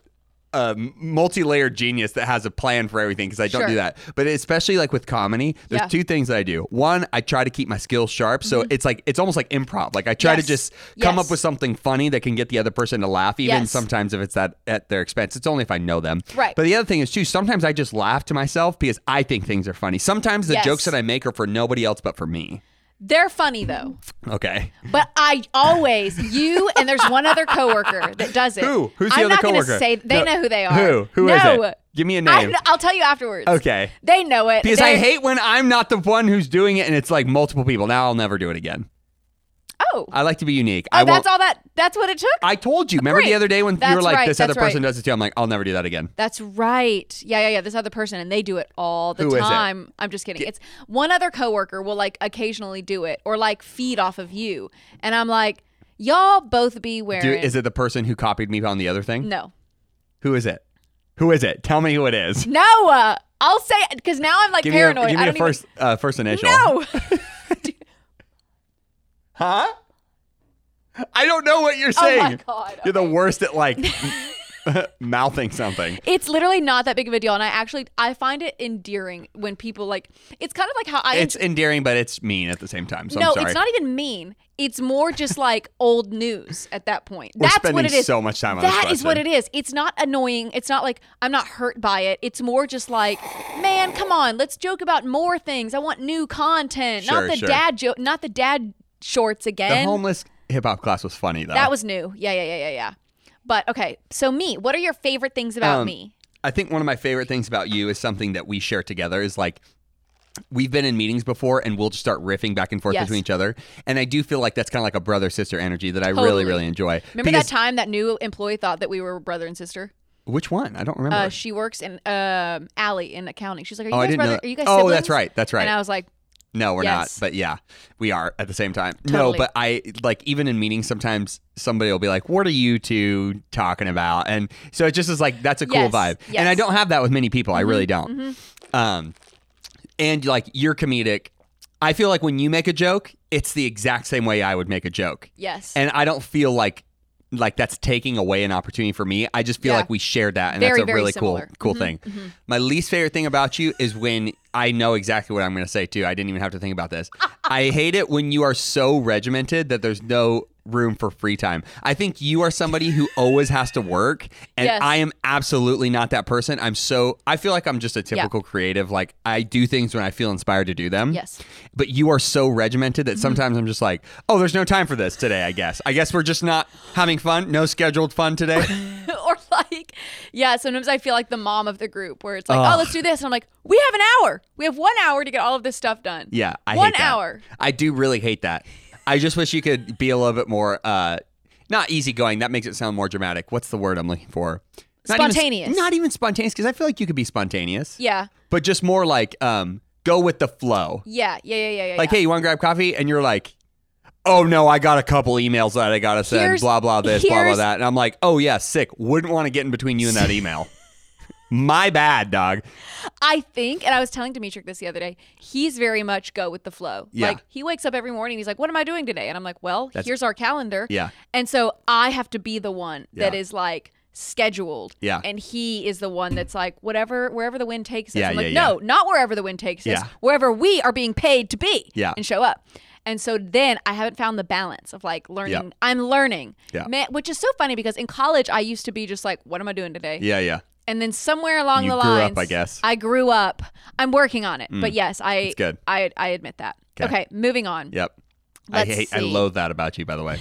S1: a multi-layered genius that has a plan for everything because I don't
S3: Sure.
S1: do that. But especially like with comedy, there's
S3: Yeah. Mm-hmm.
S1: two things that I do. One, I try to keep my skills sharp, so it's like it's almost like improv. Like I try
S3: Yes.
S1: to just come
S3: Yes.
S1: up with something funny that can get the other person to laugh, even
S3: Yes.
S1: sometimes if it's that at their expense. It's only if I know them.
S3: Right.
S1: But the other thing is too. Sometimes I just laugh to myself because I think things are funny. Sometimes the
S3: Yes.
S1: jokes that I make are for nobody else but for me.
S3: They're funny though,
S1: Okay.
S3: but I always you and there's one other coworker that does it.
S1: Who? Who's the
S3: I'm
S1: other
S3: not gonna
S1: coworker?
S3: say they
S1: No.
S3: know who they are.
S1: Who? Who
S3: no.
S1: is it? Give me a
S3: I,
S1: name.
S3: I'll tell you afterwards.
S1: Okay.
S3: They know it
S1: Because I
S3: They're-
S1: hate when I'm not the one who's doing it and it's like multiple people. Now I'll never do it again.
S3: Oh,
S1: I like to be unique.
S3: oh
S1: I won't.
S3: that's all that. That's what it took.
S1: I told you. Remember
S3: Great.
S1: the other day when you were
S3: That's
S1: like,
S3: right,
S1: this other
S3: that's right.
S1: person does it too? I'm like, I'll never do that again.
S3: That's right. Yeah, yeah, yeah. This other person, and they do it all the
S1: Who is it?
S3: time. I'm just kidding. It's one other coworker will like occasionally do it or like feed off of you, and I'm like, y'all both be wearing.
S1: Do, is it the person who copied me on the other thing?
S3: no,
S1: Who is it? Who is it? Tell me who it is.
S3: no. Uh, I'll say because now I'm like
S1: Give
S3: paranoid.
S1: me a, give
S3: I
S1: me a
S3: don't
S1: first, uh, first initial.
S3: even. No.
S1: Huh? I don't know what you're
S3: oh
S1: saying.
S3: my god.
S1: You're the worst at like mouthing something.
S3: It's literally not that big of a deal, and I actually I find it endearing when people like. It's kind of like how I.
S1: It's endearing, but it's mean at the same time. So
S3: no,
S1: I'm sorry.
S3: it's not even mean. It's more just like old news at that point.
S1: We're
S3: That's
S1: spending
S3: what it is.
S1: so much time on this
S3: That is what
S1: question.
S3: it is. It's not annoying. It's not like I'm not hurt by it. It's more just like, man, come on, let's joke about more things. I want new content,
S1: Sure,
S3: not the
S1: sure.
S3: dad joke, not the dad shorts
S1: The
S3: again.
S1: homeless hip hop class was funny though.
S3: that was new. Yeah, yeah, yeah, yeah, yeah. But okay, so me, what are your favorite things about
S1: Um,
S3: me?
S1: I think one of my favorite things about you is something that we share together is like we've been in meetings before and we'll just start riffing back and forth
S3: Yes.
S1: between each other. And I do feel like that's kind of like a brother sister energy that I really,
S3: Totally.
S1: really enjoy.
S3: Remember
S1: Because-
S3: that time that new employee thought that we were brother and sister?
S1: Which one? I don't remember.
S3: Uh, she works in um, Allie in accounting. She's like, "Are you
S1: oh, I
S3: guys
S1: didn't
S3: brother?
S1: know. that.
S3: Are you guys
S1: oh,
S3: siblings?"
S1: that's right. That's right.
S3: And I was like,
S1: No, we're
S3: Yes.
S1: not. But yeah, we are at the same time. No,
S3: Totally.
S1: but I like even in meetings sometimes somebody will be like, "What are you two talking about?" And so it just is like that's a cool
S3: Yes,
S1: vibe. And I
S3: yes. Mm-hmm.
S1: don't have that with many people. I really don't. Um, and like you're comedic. I feel like when you make a joke, it's the exact same way I would make a joke,
S3: "Yes."
S1: and I don't feel like like that's taking away an opportunity for me. I just feel
S3: Yeah.
S1: like we shared that, and
S3: Very,
S1: that's a
S3: very
S1: really
S3: similar.
S1: cool cool
S3: Mhm,
S1: thing. My least favorite thing about you is when I know exactly what I'm going to say too. I didn't even have to think about this. I hate it when you are so regimented that there's no room for free time. I think you are somebody who always has to work and
S3: Yes.
S1: I am absolutely not that person. I'm so I feel like I'm just a typical creative like I do things when I feel inspired to do them.
S3: Yes. Mm-hmm.
S1: But you are so regimented that sometimes I'm just like, "Oh, there's no time for this today, I guess. I guess we're just not having fun. No scheduled fun today."
S3: or like, yeah, sometimes I feel like the mom of the group where it's like, oh,
S1: Ugh.
S3: let's do this. And I'm like, we have an hour. We have one hour to get all of this stuff done.
S1: Yeah, I
S3: one
S1: hate that.
S3: hour.
S1: I do really hate that. I just wish you could be a little bit more uh not easygoing. That makes it sound more dramatic. What's the word I'm looking for? Not even-
S3: Spontaneous.
S1: not even spontaneous, because I feel like you could be spontaneous.
S3: Yeah.
S1: But just more like um go with the flow.
S3: Yeah. Yeah. Yeah. Yeah. Yeah.
S1: Like,
S3: yeah.
S1: hey, you want to grab coffee? And you're like, oh no, I got a couple emails that I gotta send.
S3: Here's-
S1: blah blah this, blah blah
S3: here's-
S1: that. And I'm like, oh yeah, sick. Wouldn't want to get in between you and that email. My bad, dog.
S3: I think, and I was telling Dimitri this the other day, he's very much go with the flow.
S1: Yeah.
S3: Like he wakes up every morning, he's like, what am I doing today? And I'm like, well,
S1: That's-
S3: here's our calendar.
S1: Yeah.
S3: And so I have to be the one that
S1: Yeah.
S3: is like scheduled.
S1: Yeah.
S3: And he is the one that's like, whatever, wherever the wind takes us.
S1: Yeah,
S3: I'm
S1: yeah,
S3: like,
S1: yeah.
S3: no, not wherever the wind takes us,
S1: Yeah.
S3: wherever we are being paid to be
S1: Yeah.
S3: and show up. And so then I haven't found the balance of like learning. I'm learning,
S1: Yeah.
S3: Man, which is so funny because in college I used to be just like, what am I doing today?
S1: Yeah, yeah.
S3: And then somewhere along
S1: You
S3: the
S1: grew up,
S3: lines,
S1: I guess.
S3: I grew up. I'm working on it, but yes, I,
S1: It's good.
S3: I, I admit that.
S1: 'Kay.
S3: Okay, moving on.
S1: Yep.
S3: Let's
S1: I hate I
S3: see.
S1: loathe that about you, by the way.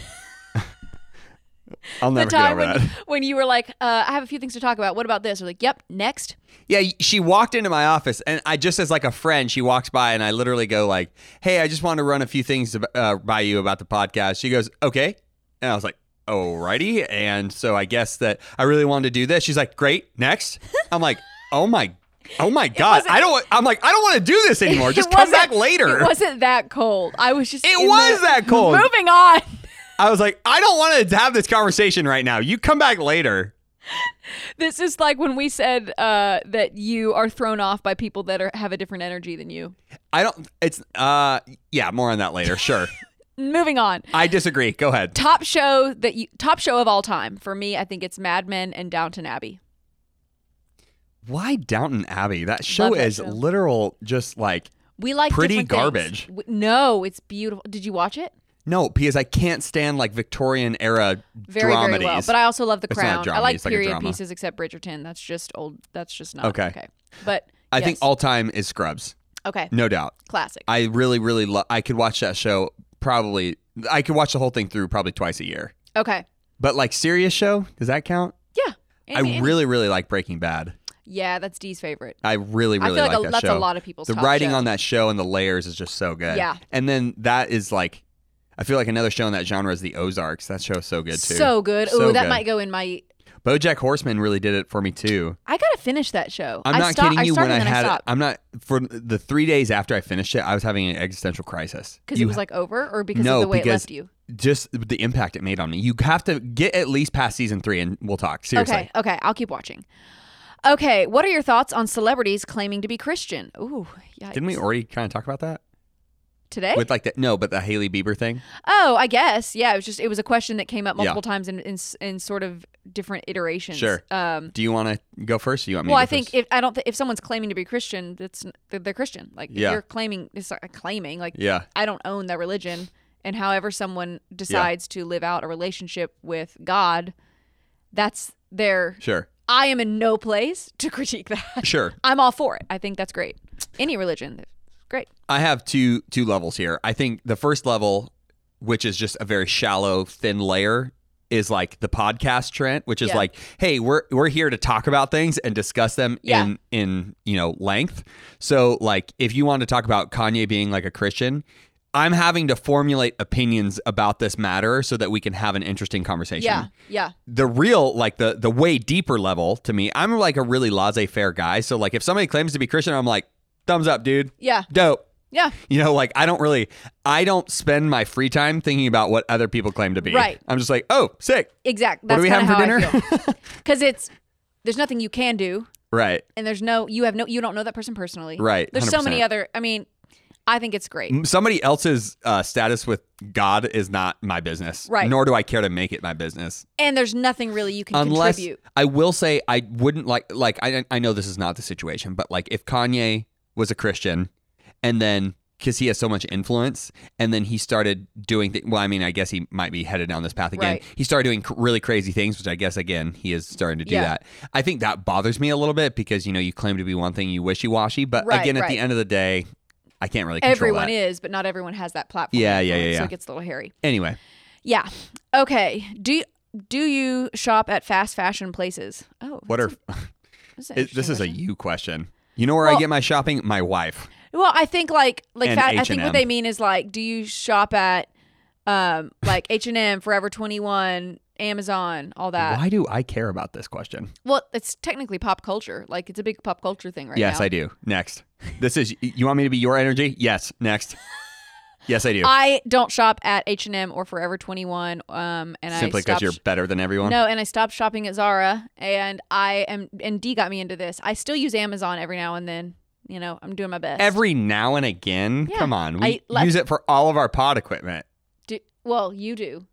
S1: I'll
S3: The
S1: never get
S3: time
S1: over
S3: when,
S1: that.
S3: when you were like, uh, I have a few things to talk about. What about this? We're like, yep, next.
S1: Yeah, she walked into my office, and I just as like a friend, she walks by, and I literally go like, "Hey, I just want to run a few things ab- uh, by you about the podcast." She goes, "Okay," and I was like, "Alrighty," and so I guess that I really wanted to do this. She's like, "Great, next." I'm like, "Oh my, oh my god,
S3: wasn't-
S1: I don't." wa- I'm like, "I don't want to do this anymore.
S3: It
S1: Just come back
S3: wasn't-
S1: later."
S3: It wasn't that cold. I was just.
S1: It
S3: in
S1: was
S3: the-
S1: that cold.
S3: Moving on.
S1: I was like, "I don't want to have this conversation right now. You come back later."
S3: This is like when we said uh, that you are thrown off by people that are, have a different energy than you.
S1: I don't. It's uh, yeah, more on that later. Sure,
S3: Moving on.
S1: I disagree. Go ahead.
S3: Top show that you top show of all time for me. I think it's Mad Men and Downton Abbey.
S1: Why Downton Abbey? That show
S3: Love that
S1: is
S3: show.
S1: literal just like
S3: We like
S1: Pretty
S3: different things.
S1: garbage.
S3: W- No, it's beautiful. Did you watch it?
S1: no, because I can't stand like Victorian era
S3: Very
S1: dramedies.
S3: very well. But I also love The
S1: It's not a
S3: Crown. I
S1: dramedy,
S3: like
S1: it's like a
S3: period
S1: drama.
S3: pieces except Bridgerton. That's just old. That's just not
S1: Okay.
S3: okay. But
S1: I think
S3: yes.
S1: all time is Scrubs.
S3: okay
S1: No doubt.
S3: classic.
S1: I really really love I could watch that show probably I could watch the whole thing through probably twice a year.
S3: Okay.
S1: But like serious show, does that count?
S3: Yeah.
S1: I
S3: Any- any-
S1: really really like Breaking Bad.
S3: Yeah, that's Dee's favorite.
S1: I really really
S3: I feel like, a,
S1: that
S3: that's
S1: show.
S3: a lot of people's
S1: the
S3: top
S1: writing
S3: show.
S1: on that show and the layers is just so good.
S3: Yeah.
S1: And then that is like I feel like another show in that genre is The Ozarks. That show is so good too.
S3: So good.
S1: So
S3: Ooh, that
S1: good.
S3: might go in my.
S1: BoJack Horseman really did it for me too.
S3: I gotta finish that show.
S1: I'm
S3: I
S1: not
S3: sto-
S1: kidding you.
S3: I
S1: when
S3: started
S1: I
S3: and then
S1: had,
S3: I
S1: it,
S3: stopped
S1: I'm not for the three days after I finished it, I was having an existential crisis.
S3: because
S1: You-
S3: it was like over, or because
S1: No,
S3: of the way
S1: because-
S3: it left you.
S1: just the impact it made on me. You have to get at least past season three, and we'll talk seriously.
S3: Okay, okay, I'll keep watching. Okay, what are your thoughts on celebrities claiming to be Christian? Ooh, yeah.
S1: Didn't we already kind of talk about that
S3: today?
S1: with like that? No, but the Haley Bieber thing.
S3: oh, I guess. Yeah, it was just it was a question that came up
S1: Yeah.
S3: multiple times in, in s- in sort of different iterations.
S1: Sure.
S3: Um.
S1: Do you want to go first? Or you want me?
S3: Well,
S1: to
S3: I
S1: go
S3: think
S1: first?
S3: if I don't th- if someone's claiming to be Christian, that's n- they're, they're Christian. Like if
S1: Yeah.
S3: you're claiming it's not claiming like
S1: yeah,
S3: I don't own their religion. And however someone decides to live out a relationship with God, that's their.
S1: sure,
S3: I am in no place to critique that.
S1: sure.
S3: I'm all for it. I think that's great. Any religion, great.
S1: I have two two levels here. I think the first level, which is just a very shallow, thin layer, is like the podcast trend, which is
S3: Yeah.
S1: like, hey, we're we're here to talk about things and discuss them
S3: Yeah.
S1: in in you know length. So like, if you want to talk about Kanye being like a Christian. I'm having to formulate opinions about this matter so that we can have an interesting conversation
S3: Yeah, yeah,
S1: the real like the the way deeper level to me i'm like a really laissez-faire guy so like if somebody claims to be christian i'm like thumbs up dude
S3: yeah,
S1: dope
S3: yeah.
S1: you know like i don't really i don't spend my free time thinking about what other people claim to be
S3: Right.
S1: i'm just like oh sick
S3: Exact.
S1: What
S3: That's
S1: do we
S3: kind of how
S1: have for
S3: I feel. Because it's there's nothing you can do,
S1: right
S3: and there's no you have no you don't know that person personally.
S1: Right,
S3: There's so many
S1: 100%.
S3: other. I mean, I think it's great.
S1: M- somebody else's uh, status with god is not my business
S3: Right.
S1: nor do i care to make it my business
S3: And there's nothing really you can
S1: unless
S3: contribute.
S1: I will say I wouldn't like like I I know this is not the situation, but like if Kanye was a Christian and then because he has so much influence and then he started doing thi- well I mean I guess he might be headed down this path again.
S3: Right.
S1: He started doing cr- really crazy things which I guess again he is starting to do
S3: Yeah.
S1: that. I think that bothers me a little bit because you know you claim to be one thing you wishy-washy but
S3: Right,
S1: again at the
S3: right.
S1: end of the day I can't really control
S3: Everyone
S1: that.
S3: is, but not everyone has that platform.
S1: Yeah, yeah, yeah,
S3: So
S1: yeah.
S3: it gets a little hairy.
S1: Anyway,
S3: Yeah. Okay. Do you, do you shop at fast fashion places? Oh,
S1: what
S3: that's
S1: are
S3: a- that's an
S1: it, this
S3: interesting
S1: is a
S3: question.
S1: you question. You know where I
S3: Well-
S1: get my shopping? My wife.
S3: well. I think like like
S1: And
S3: fa- I think
S1: H&M.
S3: what they mean is like, do you shop at um like H and M, Forever Twenty One, Amazon, all that?
S1: Why do I care about this question?
S3: Well, it's technically pop culture. Like it's a big pop culture thing right
S1: yes,
S3: now.
S1: I do. Next. This is you want me to be your energy? Yes. Next. Yes, I do.
S3: I don't shop at H and M or Forever Twenty One. Um, and
S1: Simply
S3: I stopped
S1: because you're better than everyone.
S3: No, and I stopped shopping at Zara, and I am, and D got me into this. I still use Amazon every now and then. You know, I'm doing my best.
S1: Every now and again.
S3: Yeah,
S1: Come on. We
S3: I- like-
S1: use it for all of our pod equipment.
S3: Do, well, you do.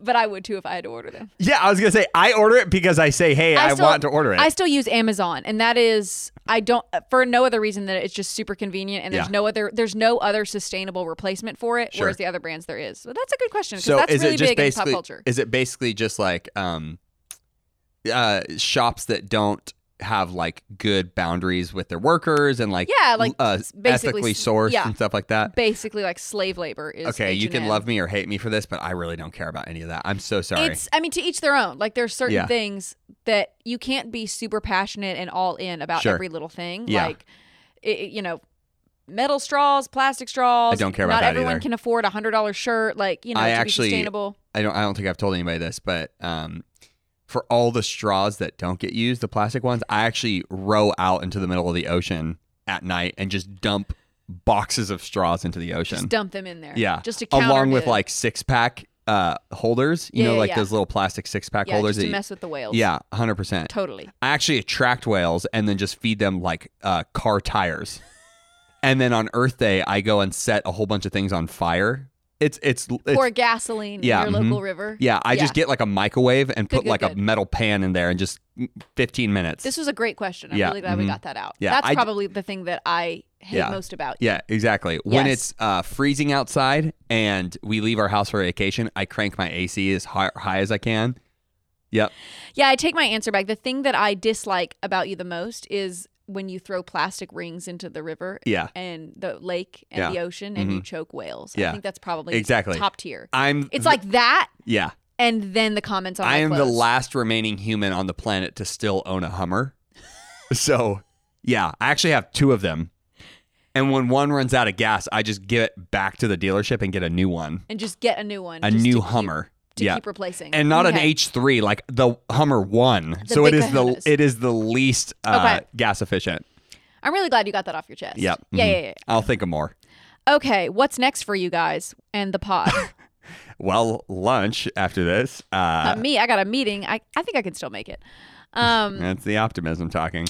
S3: but I would too if I had to order them.
S1: Yeah, I was gonna say I order it because I say, hey, I,
S3: still-
S1: want to order it.
S3: I still use Amazon, and that is I don't for no other reason than it's just super convenient, and there's
S1: Yeah.
S3: no other there's no other sustainable replacement for it.
S1: Sure.
S3: Whereas the other brands there is. So that's a good question because
S1: so
S3: that's
S1: is
S3: really
S1: it just
S3: big in pop
S1: basically
S3: culture.
S1: is it basically just like um uh shops that don't have like good boundaries with their workers and like
S3: Yeah, like,
S1: uh,
S3: s- basically
S1: ethically
S3: s-
S1: sourced
S3: yeah.
S1: and stuff like that.
S3: Basically, like slave labor is.
S1: Okay, you can
S3: H&M.
S1: love me or hate me for this, but I really don't care about any of that. I'm so sorry.
S3: It's I mean to each their own. Like there's certain
S1: Yeah.
S3: things that you can't be super passionate and all in about
S1: Sure.
S3: every little thing.
S1: Yeah.
S3: Like i- i- you know, metal straws, plastic straws.
S1: I don't care about
S3: Not
S1: that
S3: everyone
S1: either.
S3: can afford a hundred dollar shirt. Like you know,
S1: I
S3: to
S1: actually-
S3: be sustainable.
S1: I don't I don't think I've told anybody this, but um for all the straws that don't get used, the plastic ones, I actually row out into the middle of the ocean at night and just dump boxes of straws into the ocean.
S3: Just dump them in there.
S1: yeah.
S3: Just to counter
S1: along with
S3: to-
S1: like six pack uh holders, you
S3: Yeah,
S1: know,
S3: yeah,
S1: like
S3: yeah.
S1: those little plastic six pack
S3: yeah,
S1: holders
S3: just to
S1: that you-
S3: mess with the whales.
S1: yeah, hundred percent.
S3: Totally.
S1: I actually attract whales and then just feed them like uh, car tires. and then on Earth Day, I go and set a whole bunch of things on fire. It's it's, it's
S3: or gasoline
S1: yeah, mm-hmm.
S3: in your local river.
S1: yeah, I just get like a microwave and
S3: Good,
S1: put
S3: good,
S1: like
S3: good.
S1: a metal pan in there and just 15 minutes.
S3: This was a great question. I'm
S1: Yeah,
S3: really glad we
S1: mhm.
S3: got that out.
S1: Yeah,
S3: That's
S1: I d-
S3: probably the thing that I hate
S1: Yeah.
S3: most about you.
S1: yeah, exactly. When
S3: Yes.
S1: it's uh, freezing outside and we leave our house for vacation, I crank my AC as high, high as I can. Yep.
S3: Yeah, I take my answer back. The thing that I dislike about you the most is when you throw plastic rings into the river
S1: Yeah.
S3: and the lake and
S1: Yeah. Mm-hmm.
S3: the ocean and you choke whales. I
S1: Yeah.
S3: think that's probably
S1: Exactly.
S3: top tier.
S1: I'm
S3: It's like that
S1: yeah.
S3: and then the comments on
S1: I
S3: my
S1: am the
S3: clothes.
S1: last remaining human on the planet to still own a Hummer. so, yeah, I actually have two of them. And when one runs out of gas, I just give it back to the dealership and get a new one,
S3: and just get a new one.
S1: a
S3: just
S1: new
S3: to keep-
S1: Hummer.
S3: to
S1: yeah.
S3: keep replacing.
S1: and not
S3: Okay.
S1: an H3 like the Hummer 1.
S3: The
S1: so it
S3: big
S1: is the
S3: Bahamas.
S1: it is the least uh,
S3: Okay.
S1: gas efficient.
S3: I'm really glad you got that off your chest.
S1: Yep.
S3: Yeah,
S1: Mhm.
S3: yeah, yeah.
S1: I'll think of more.
S3: Okay, what's next for you guys and the pod?
S1: Well, lunch after this. Uh,
S3: Not me. I got a meeting. I, I think I can still make it. Um,
S1: that's the optimism talking.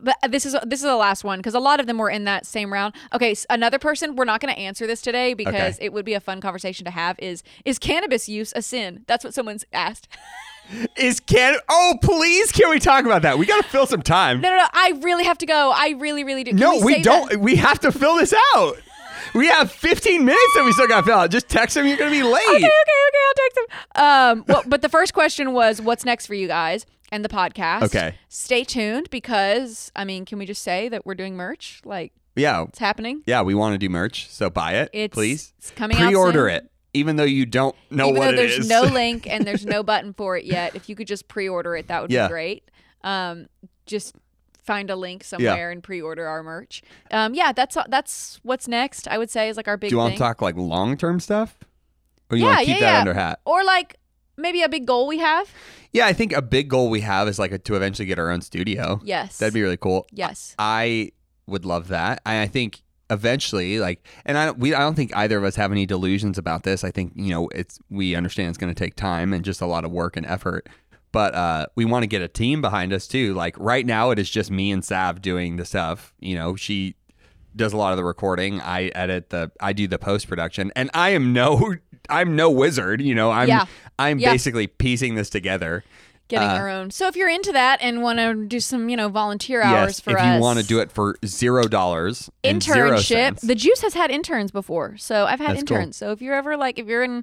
S3: but uh, this is this is the last one because a lot of them were in that same round. Okay, s another person. We're not going to answer this today because it would be a fun conversation to have. Is is cannabis use a sin? That's what someone's asked.
S1: Is can Oh, please can we talk about that? We got to fill some time.
S3: No, no, no. I really have to go. I really, really do. Can
S1: No, we,
S3: save
S1: don't.
S3: that?
S1: We have to fill this out. We have 15 minutes that we still got to fill out. Just text him. You're going to be late.
S3: Okay, okay, okay. I'll text them. Um, well, but the first question was, what's next for you guys and the podcast?
S1: Okay.
S3: Stay tuned because I mean, can we just say that we're doing merch? Like
S1: Yeah.
S3: it's happening.
S1: Yeah. We want to do merch. So buy it,
S3: It's
S1: please.
S3: It's coming out.
S1: Pre-order
S3: soon.
S1: it, even though you don't know
S3: Even
S1: what
S3: though
S1: it
S3: there's
S1: is.
S3: no link and there's no button for it yet, if you could just pre-order it, that would
S1: Yeah.
S3: be great. Um, just find a link somewhere and pre-order our merch. Um, yeah, that's that's what's next. I would say is like our big.
S1: do you want
S3: thing.
S1: to talk like long-term stuff? Or you
S3: Yeah,
S1: want to keep
S3: yeah,
S1: that
S3: yeah.
S1: under hat?
S3: Or like maybe a big goal we have.
S1: Yeah. I think a big goal we have is like to eventually get our own studio.
S3: Yes.
S1: That'd be really cool.
S3: yes.
S1: I would love that. And I think eventually, like, and I don't, we, I don't think either of us have any delusions about this. I think you know, it's we understand it's going to take time and just a lot of work and effort. But uh, we want to get a team behind us too. Like right now, it is just me and Sav doing the stuff. You know, she does a lot of the recording. I edit the, I do the post production, and I am no, I'm no wizard. You know, I'm,
S3: Yeah.
S1: I'm
S3: Yeah.
S1: basically piecing this together.
S3: Getting
S1: uh,
S3: our own. So if you're into that and want to do some, you know, volunteer hours
S1: yes,
S3: for
S1: if
S3: us,
S1: you want to do it for zero dollars, and zero
S3: internship.
S1: cents.
S3: The Juice has had interns before, so I've had
S1: That's cool.
S3: interns. So if you're ever like, if you're in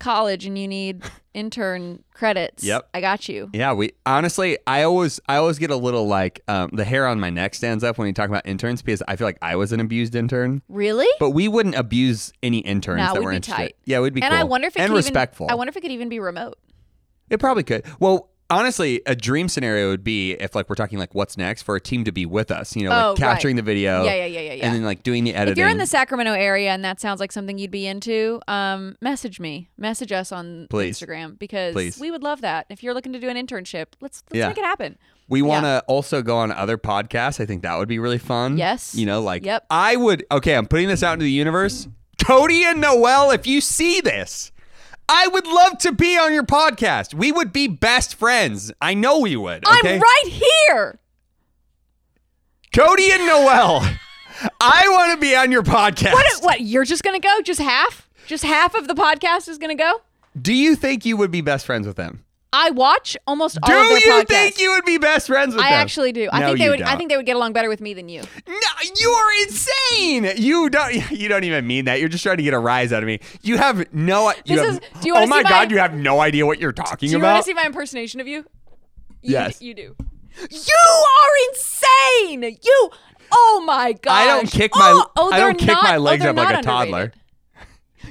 S3: college and you need intern credits,
S1: Yep.
S3: I got you.
S1: Yeah, we honestly, I always, I always get a little like um, the hair on my neck stands up when you talk about interns because I feel like I was an abused intern.
S3: Really?
S1: But we wouldn't abuse any interns
S3: Nah,
S1: that
S3: we'd
S1: were
S3: be
S1: interested.
S3: tight.
S1: Yeah, we'd be
S3: and
S1: cool.
S3: I wonder if it
S1: and
S3: could
S1: respectful.
S3: Even, I wonder if it could even be remote.
S1: it probably could. Well, honestly, a dream scenario would be if like we're talking like what's next for a team to be with us. You know,
S3: Oh,
S1: like
S3: right.
S1: capturing the video.
S3: Yeah, yeah, yeah, yeah, yeah.
S1: And then like doing the editing.
S3: If you're in the Sacramento area and that sounds like something you'd be into, um, message me. Message us on
S1: Please.
S3: Instagram because
S1: Please.
S3: we would love that. If you're looking to do an internship, let's let's
S1: Yeah.
S3: make it happen.
S1: We want to also go on other podcasts. I think that would be really fun.
S3: Yes.
S1: You know, like
S3: Yep.
S1: I would. Okay, I'm putting this out into the universe. Cody and Noel, if you see this, I would love to be on your podcast. We would be best friends. I know we would. Okay?
S3: I'm right here.
S1: Cody and Noel, I want to be on your podcast.
S3: What? You're just gonna go? Just half? Just half of the podcast is gonna go?
S1: Do you think you would be best friends with them?
S3: I watch almost
S1: Do
S3: all of their
S1: you
S3: podcasts.
S1: think you would be best friends with
S3: I
S1: them?
S3: actually do. I
S1: No,
S3: think they
S1: you
S3: would. I
S1: don't.
S3: think they would get along better with me than you.
S1: No, you are insane. You don't. You don't even mean that. You're just trying to get a rise out of me. You have no. You
S3: This
S1: have,
S3: is- do you wanna
S1: oh my
S3: see my-
S1: god, you have no idea what you're talking
S3: Do you want
S1: about.
S3: to see my impersonation of you? you
S1: Yes.
S3: You do. You are insane. You. Oh my god.
S1: I don't kick my-
S3: Oh, oh,
S1: I don't
S3: they're
S1: kick
S3: not-
S1: my
S3: oh,
S1: legs
S3: they're
S1: up like
S3: not
S1: a toddler.
S3: underrated.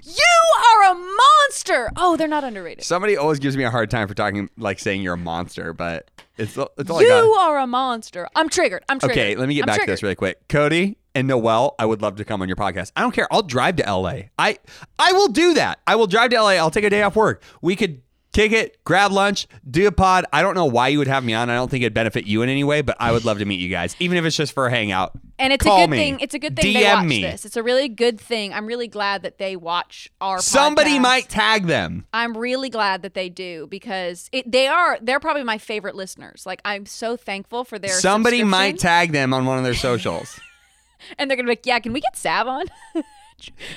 S3: You are a monster. Oh, they're not underrated.
S1: Somebody always gives me a hard time for talking like saying you're a monster, but it's it's all I
S3: you
S1: got.
S3: are a monster. I'm triggered. I'm triggered.
S1: Oh Okay, let me get
S3: I'm
S1: back to
S3: triggered.
S1: this really quick. Cody and Noel, I would love to come on your podcast. I don't care. I'll drive to LA. I I will do that. I will drive to LA. I'll take a day off work. We could kick it, grab lunch, do a pod. I don't know why you would have me on. I don't think it'd benefit you in any way, but I would love to meet you guys, even if it's just for a hangout.
S3: And it's
S1: Call
S3: a good
S1: me.
S3: thing. It's a good thing
S1: DM
S3: they watch
S1: me.
S3: this. It's a really good thing. I'm really glad that they watch our.
S1: Somebody
S3: podcast.
S1: might tag them.
S3: I'm really glad that they do because it, they are. They're probably my favorite listeners. Like I'm so thankful for their.
S1: Somebody might
S3: subscription.
S1: tag them on one of their socials.
S3: and they're gonna be like, "Yeah, can we get Sav on?"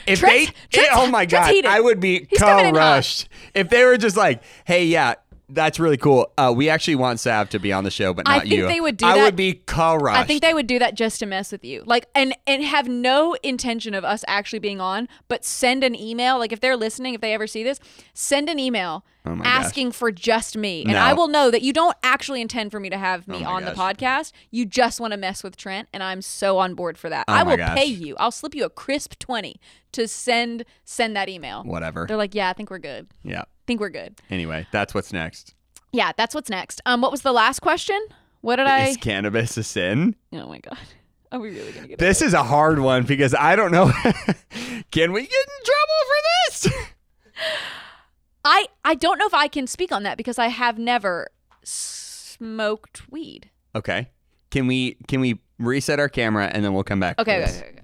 S1: If
S3: Trent's-
S1: they,
S3: Trent's-
S1: oh my
S3: Trent's
S1: god,
S3: heated.
S1: I would be
S3: He's coming in hot.
S1: crushed if they were just like, "Hey, yeah, that's really cool. Uh, we actually want Sav to be on the show, but
S3: I
S1: not
S3: think
S1: you."
S3: they would do
S1: I
S3: that.
S1: would be crushed.
S3: I think they would do that just to mess with you, like, and and have no intention of us actually being on, but send an email. Like, if they're listening, if they ever see this, send an email
S1: Oh my gosh.
S3: asking for just me, and
S1: No. Oh
S3: I will know that you don't actually intend for me to have me
S1: my
S3: on the
S1: gosh.
S3: podcast. You just want to mess with Trent, and I'm so on board for that.
S1: Oh
S3: I
S1: my
S3: will
S1: gosh.
S3: pay you. I'll slip you a crisp twenty to send send that email.
S1: whatever.
S3: They're like, yeah, I think we're good.
S1: Yeah.
S3: think we're good.
S1: Anyway, that's what's next.
S3: Yeah, that's what's next. Um, what was the last question? What did I?
S1: Is cannabis a sin?
S3: Oh my god, are we really gonna get it?
S1: This is a hard one because I don't know. Can we get in trouble for this?
S3: I I don't know if I can speak on that because I have never smoked weed.
S1: okay. Can we can we reset our camera and then we'll come back? to
S3: Okay, okay,
S1: this?
S3: okay. okay.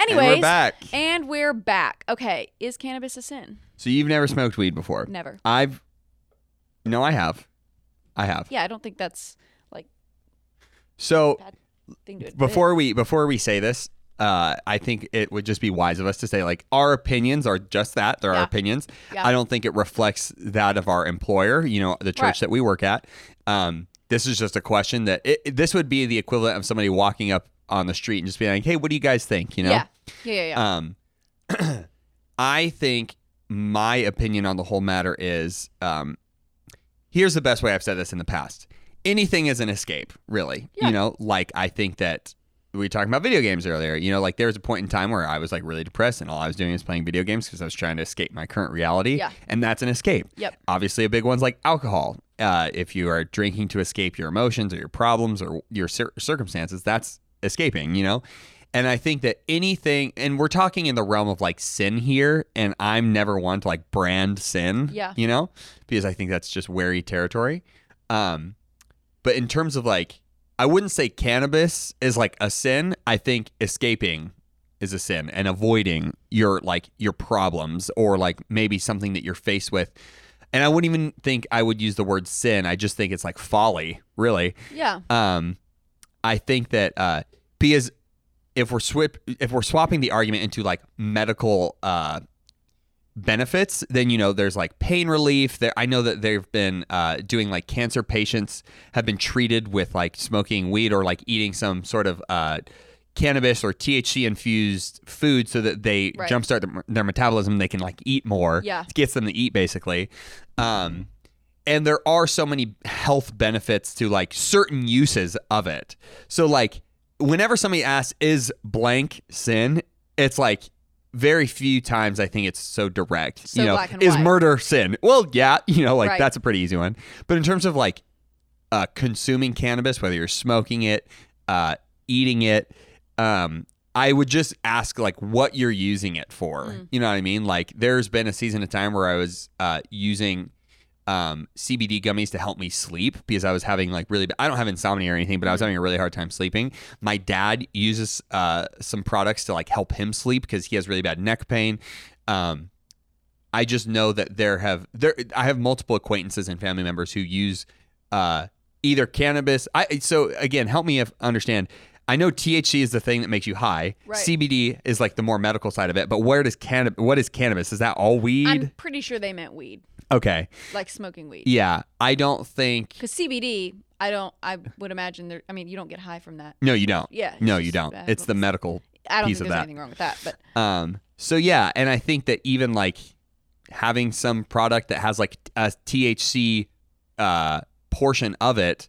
S1: And
S3: Anyways,
S1: we're back.
S3: and we're back. Okay, is cannabis a sin?
S1: So you've never smoked weed before?
S3: Never.
S1: I've. No, I have. I have.
S3: Yeah, I don't think that's like
S1: So
S3: a thing to admit.
S1: before we before we say this, uh, I think it would just be wise of us to say like our opinions are just that. They're
S3: Yeah.
S1: our opinions.
S3: Yeah.
S1: I don't think it reflects that of our employer. You know, the church
S3: Right.
S1: that we work at. Um, this is just a question that it, it- this would be the equivalent of somebody walking up on the street and just being like, "Hey, what do you guys think?" You know.
S3: yeah, yeah, yeah, yeah.
S1: Um, I think my opinion on the whole matter is um, here's the best way I've said this in the past. Anything is an escape, really.
S3: Yeah.
S1: You know, like I think that we were talking about video games earlier. You know, like there was a point in time where I was like really depressed and all I was doing was playing video games because I was trying to escape my current reality.
S3: Yeah.
S1: And that's an escape.
S3: Yep.
S1: Obviously, a big one's like alcohol. Uh, if you are drinking to escape your emotions or your problems or your cir- circumstances, that's escaping, you know? And I think that anything, and we're talking in the realm of like sin here, and I'm never one to like brand sin,
S3: Yeah.
S1: you know, because I think that's just wary territory. Um, but in terms of like, I wouldn't say cannabis is like a sin. I think escaping is a sin and avoiding your like your problems or like maybe something that you're faced with. And I wouldn't even think I would use the word sin. I just think it's like folly, really.
S3: yeah.
S1: Um, I think that uh, because if we're swip if we're swapping the argument into like medical uh, benefits, then you know there's like pain relief. There, I know that they've been uh, doing like cancer patients have been treated with like smoking weed or like eating some sort of uh, cannabis or THC infused food so that they
S3: Right.
S1: jumpstart their, their metabolism. They can like eat more.
S3: Yeah.
S1: it gets them to eat basically. Um, and there are so many health benefits to like certain uses of it. So like whenever somebody asks is blank sin, it's like very few times I think it's so direct.
S3: So
S1: you know,
S3: black and
S1: is
S3: white.
S1: murder sin? Well, yeah, you know, like
S3: Right.
S1: that's a pretty easy one. But in terms of like uh, consuming cannabis, whether you're smoking it, uh, eating it, um, I would just ask like what you're using it for.
S3: Mm.
S1: You know what I mean? Like there's been a season of time where I was uh, using um, CBD gummies to help me sleep because I was having like really, I don't have insomnia or anything, but I was
S3: Mm-hmm.
S1: having a really hard time sleeping. My dad uses uh, some products to like help him sleep because he has really bad neck pain. Um, I just know that there have there I have multiple acquaintances and family members who use uh, either cannabis. I so again, help me if, understand. I know THC is the thing that makes you high.
S3: Right.
S1: CBD is like the more medical side of it. But where does cannab? What is cannabis? Is that all weed?
S3: I'm pretty sure they meant weed,
S1: okay.
S3: like smoking weed.
S1: Yeah, I don't think.
S3: Because CBD, I don't. I would imagine there. I mean, you don't get high from that.
S1: No, you don't.
S3: Yeah, it's
S1: No,
S3: just
S1: you don't.
S3: bad.
S1: It's the medical
S3: I don't
S1: piece of
S3: think there's
S1: that.
S3: anything wrong with that. But
S1: Um, so yeah, and I think that even like having some product that has like a THC uh, portion of it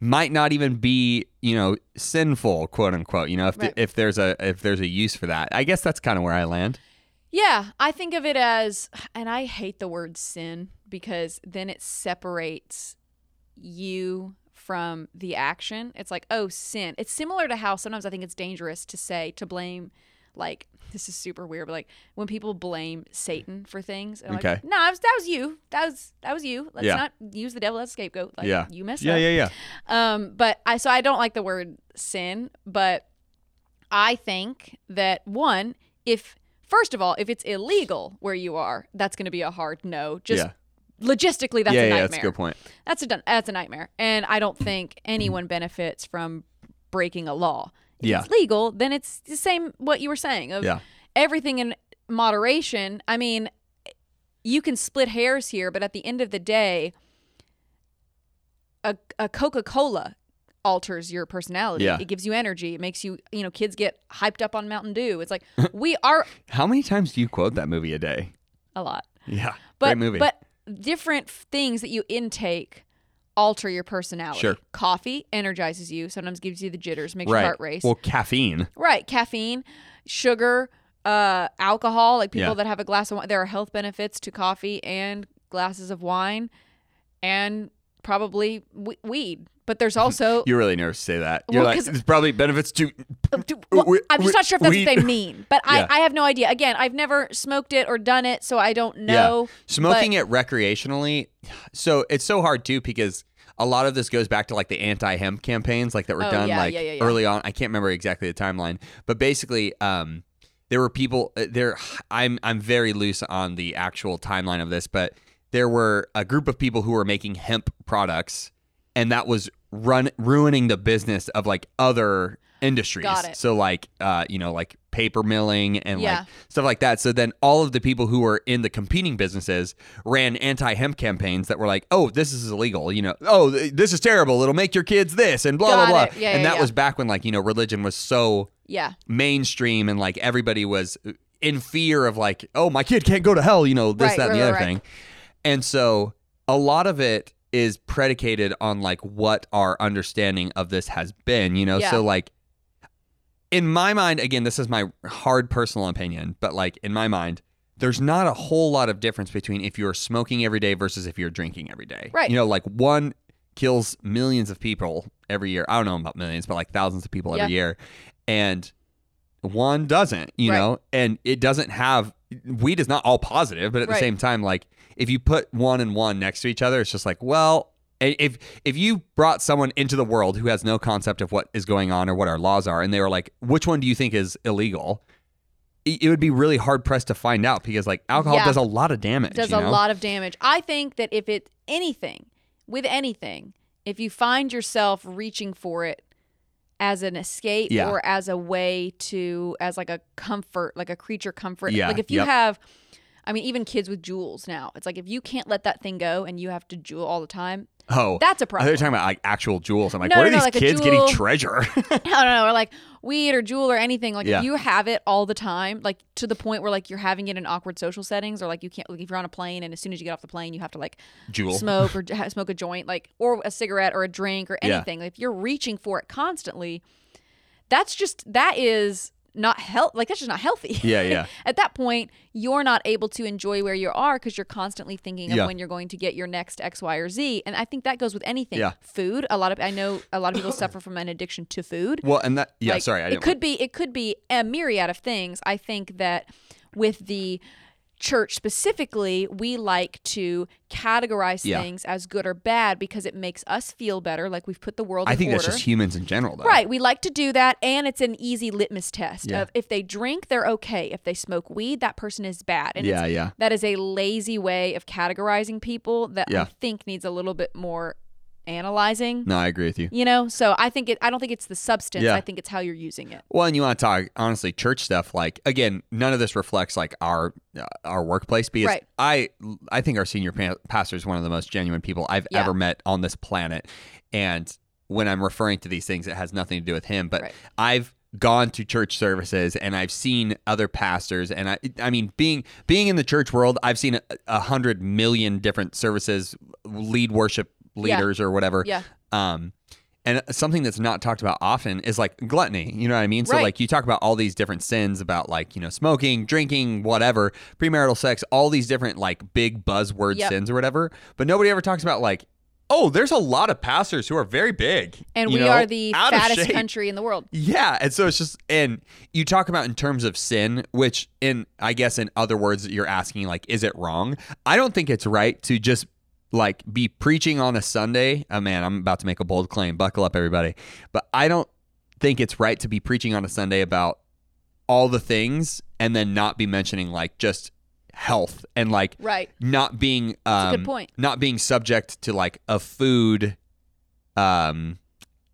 S1: might not even be you know sinful, quote unquote. You know, if
S3: Right.
S1: if there's a if there's a use for that, I guess that's kind of where I land.
S3: yeah, I think of it as, and I hate the word sin because then it separates you from the action. It's like, oh, sin. It's similar to how sometimes I think it's dangerous to say to blame. Like this is super weird, but like when people blame Satan for things, and I'm
S1: Okay.
S3: like, no, that was, that was you. That was that was you. Let's
S1: Yeah.
S3: not use the devil as a scapegoat. Like
S1: Yeah.
S3: you messed up.
S1: yeah.
S3: Um, but I so I don't like the word sin, but I think that one, if first of all, if it's illegal where you are, that's going to be a hard no. Just
S1: yeah,
S3: logistically, that's
S1: yeah,
S3: a
S1: yeah.
S3: nightmare.
S1: That's a good point.
S3: That's a dun- that's a nightmare, and I don't think anyone benefits from breaking a law. If
S1: Yeah.
S3: it's legal, then it's the same what you were saying of
S1: Yeah.
S3: everything in moderation. I mean, you can split hairs here, but at the end of the day, a, a Coca Cola alters your personality.
S1: Yeah.
S3: It gives you energy. It makes you, you know, kids get hyped up on Mountain Dew. It's like we are
S1: How many times do you quote that movie a day?
S3: a lot.
S1: Yeah,
S3: But,
S1: great movie.
S3: But different f- things that you intake alter your personality.
S1: Sure.
S3: Coffee energizes you, sometimes gives you the jitters, makes your
S1: right.
S3: heart race.
S1: Well, caffeine.
S3: Right. Caffeine, sugar, uh, alcohol, like people
S1: Yeah.
S3: that have a glass of wine. There are health benefits to coffee and glasses of wine and probably we- weed. But there's also.
S1: You're really nervous to say that.
S3: Well,
S1: You're like,
S3: 'cause-
S1: it's probably benefits to.
S3: Do- well,
S1: we-
S3: I'm
S1: we-
S3: just not sure if that's
S1: we-
S3: what they mean. But I,
S1: Yeah.
S3: I have no idea. Again, I've never smoked it or done it, so I don't know.
S1: Smoking it recreationally, so it's so hard too because a lot of this goes back to like the anti-hemp campaigns, like that were
S3: Oh,
S1: done
S3: yeah,
S1: like
S3: yeah, yeah, yeah.
S1: early on. I can't remember exactly the timeline, but basically, um, there were people uh, there. I'm I'm very loose on the actual timeline of this, but there were a group of people who were making hemp products, and that was run ruining the business of like other industries.
S3: Got it.
S1: So like, uh, you know, like paper milling and
S3: Yeah.
S1: like stuff like that. So then all of the people who were in the competing businesses ran anti-hemp campaigns that were like, "Oh, this is illegal," you know, "Oh, th- this is terrible. It'll make your kids this," and blah
S3: Got
S1: blah
S3: it.
S1: blah.
S3: Yeah,
S1: and
S3: yeah,
S1: that
S3: yeah.
S1: was back when like you know religion was so
S3: Yeah.
S1: mainstream and like everybody was uh, in fear of like, "Oh, my kid can't go to hell," you know, this
S3: Right,
S1: that and
S3: right,
S1: the other
S3: right, right.
S1: thing. And so a lot of it is predicated on like what our understanding of this has been, you know.
S3: Yeah.
S1: So like in my mind, again, this is my hard personal opinion, but like in my mind, there's not a whole lot of difference between if you're smoking every day versus if you're drinking every day.
S3: Right.
S1: You know, like one kills millions of people every year. I don't know about millions, but like thousands of people every year. And one doesn't, you
S3: Right.
S1: know, and it doesn't have weed is not all positive, but at
S3: Right.
S1: the same time, like if you put one and one next to each other, it's just like, well, i- if if you brought someone into the world who has no concept of what is going on or what our laws are, and they were like, which one do you think is illegal? i- It would be really hard pressed to find out because like alcohol
S3: Yeah.
S1: does a lot of damage.
S3: does
S1: Uh, you
S3: a
S1: know?
S3: lot of damage. I think that if it anything with anything, if you find yourself reaching for it as an escape
S1: Yeah.
S3: or as a way to as like a comfort, like a creature comfort.
S1: Yeah,
S3: Like if you
S1: yep.
S3: have I mean even kids with jewels now. It's like if you can't let that thing go and you have to jewel all the time,
S1: Oh,
S3: that's a
S1: they're
S3: problem.
S1: talking about like actual jewels. I'm like,
S3: No,
S1: where
S3: no,
S1: are
S3: no,
S1: these
S3: like a
S1: kids
S3: jewel.
S1: getting treasure?
S3: I don't know, or like weed or jewel or anything. Like
S1: Yeah.
S3: if you have it all the time, like to the point where like you're having it in awkward social settings, or like you can't like if you're on a plane and as soon as you get off the plane you have to like
S1: Jewel.
S3: smoke or ha- smoke a joint, like or a cigarette or a drink or
S1: Yeah.
S3: anything. If you're reaching for it constantly, that's just that is not health. Like that's just not healthy.
S1: Yeah, yeah.
S3: At that point, you're not able to enjoy where you are because you're constantly thinking of
S1: Yeah.
S3: when you're going to get your next X, Y, or Z. And I think that goes with anything.
S1: Yeah.
S3: Food. A lot of I know a lot of people suffer from an addiction to food.
S1: well, and that yeah,
S3: Like,
S1: sorry, I
S3: it
S1: didn't.
S3: could be it could be a myriad of things. I think that with the church specifically, we like to categorize
S1: Yeah.
S3: things as good or bad because it makes us feel better. Like we've put the world.
S1: I
S3: in
S1: think
S3: order.
S1: that's just humans in general, though.
S3: Right, we like to do that, and it's an easy litmus test
S1: Yeah.
S3: of if they drink, they're okay. If they smoke weed, that person is bad. And
S1: Yeah,
S3: it's,
S1: yeah.
S3: that is a lazy way of categorizing people that
S1: Yeah.
S3: I think needs a little bit more analyzing.
S1: No, I agree with you.
S3: You know, so I think it. I don't think it's the substance.
S1: Yeah.
S3: I think it's how you're using it.
S1: Well, and you want to talk honestly church stuff. Like again, none of this reflects like our uh, our workplace because
S3: Right.
S1: I I think our senior pa- pastor is one of the most genuine people I've
S3: Yeah.
S1: ever met on this planet. And when I'm referring to these things, it has nothing to do with him. But
S3: Right.
S1: I've gone to church services and I've seen other pastors, and I I mean being being in the church world, I've seen a, a hundred million different services, lead worship leaders or whatever.
S3: Yeah.
S1: Um, and something that's not talked about often is like gluttony. You know what I mean? So
S3: Right.
S1: like you talk about all these different sins about like you know smoking, drinking, whatever, premarital sex, all these different like big buzzword
S3: Yep.
S1: sins or whatever. But nobody ever talks about like, oh, there's a lot of pastors who are very big,
S3: And
S1: you
S3: we
S1: know,
S3: are the
S1: out of
S3: fattest
S1: shape.
S3: country in the world.
S1: Yeah, and so it's just and you talk about in terms of sin, which in I guess in other words you're asking like is it wrong? I don't think it's right to just like be preaching on a Sunday. Oh man, I'm about to make a bold claim. Buckle up everybody. But I don't think it's right to be preaching on a Sunday about all the things and then not be mentioning like just health and like
S3: Right.
S1: not being um
S3: a good point.
S1: not being subject to like a food um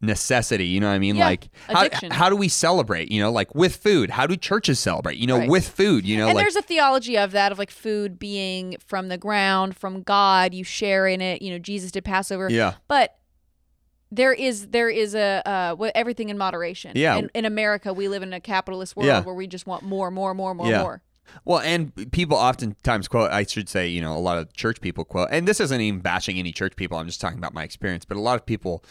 S1: necessity you know what i mean
S3: Yeah,
S1: like how,
S3: addiction.
S1: how do we celebrate you know like with food how do churches celebrate you know
S3: Right.
S1: with food you know
S3: and
S1: like
S3: there's a theology of that of like food being from the ground, from God. You share in it. You know, Jesus did Passover.
S1: yeah
S3: But there is there is a uh, wh- everything in moderation.
S1: Yeah.
S3: In, in America, we live in a capitalist world
S1: Yeah.
S3: where we just want more, more, more, more,
S1: Yeah.
S3: more.
S1: Well, and people oftentimes quote, I should say, you know, a lot of church people quote, and this isn't even bashing any church people. I'm just talking about my experience, but a lot of people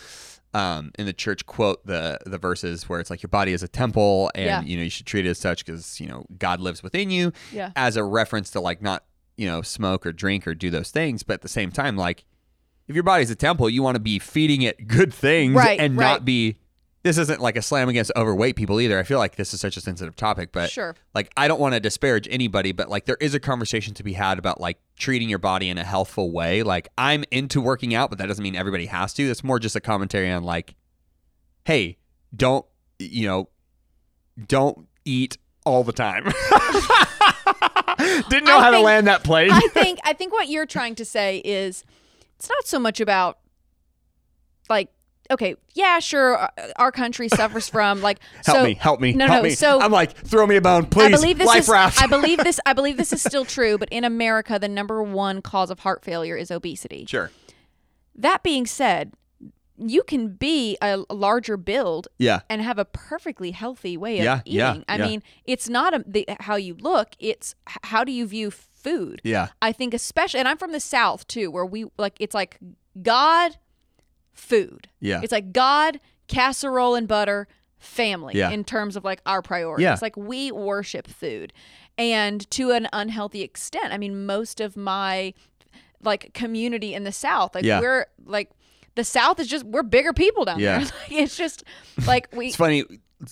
S1: um, in the church quote the the verses where it's like your body is a temple and,
S3: Yeah.
S1: you know, you should treat it as such because, you know, God lives within you
S3: Yeah.
S1: as a reference to like not, you know, smoke or drink or do those things. But at the same time, like if your body's a temple, you want to be feeding it good things
S3: Right,
S1: and
S3: right.
S1: not be. This isn't like a slam against overweight people either. I feel like this is such a sensitive topic, but
S3: Sure.
S1: like I don't want to disparage anybody, but like there is a conversation to be had about like treating your body in a healthful way. Like I'm into working out, but that doesn't mean everybody has to. That's more just a commentary on like, hey, don't you know, don't eat all the time. Didn't know
S3: I
S1: how to
S3: think-
S1: land that plane.
S3: I think I think what you're trying to say is it's not so much about like okay, yeah, sure, our, our country suffers from like
S1: help
S3: so
S1: me, help me,
S3: no,
S1: help
S3: no,
S1: me.
S3: so-
S1: I'm like, throw me a bone,
S3: I
S1: please.
S3: believe this
S1: Life
S3: is
S1: raft.
S3: I believe this I believe this is still true, but in America the number one cause of heart failure is obesity.
S1: sure.
S3: That being said, you can be a larger build
S1: Yeah.
S3: and have a perfectly healthy way of
S1: Yeah,
S3: eating.
S1: yeah,
S3: I
S1: yeah.
S3: mean, it's not a, the, how you look, it's h- how do you view food.
S1: Yeah.
S3: I think especially and I'm from the south too where we like it's like god food.
S1: Yeah.
S3: It's like god casserole and butter family
S1: Yeah.
S3: in terms of like our priorities.
S1: Yeah.
S3: Like we worship food and to an unhealthy extent. I mean most of my like community in the south like
S1: Yeah.
S3: we're like the south is just we're bigger people down
S1: Yeah.
S3: there. Like, it's just like we
S1: It's funny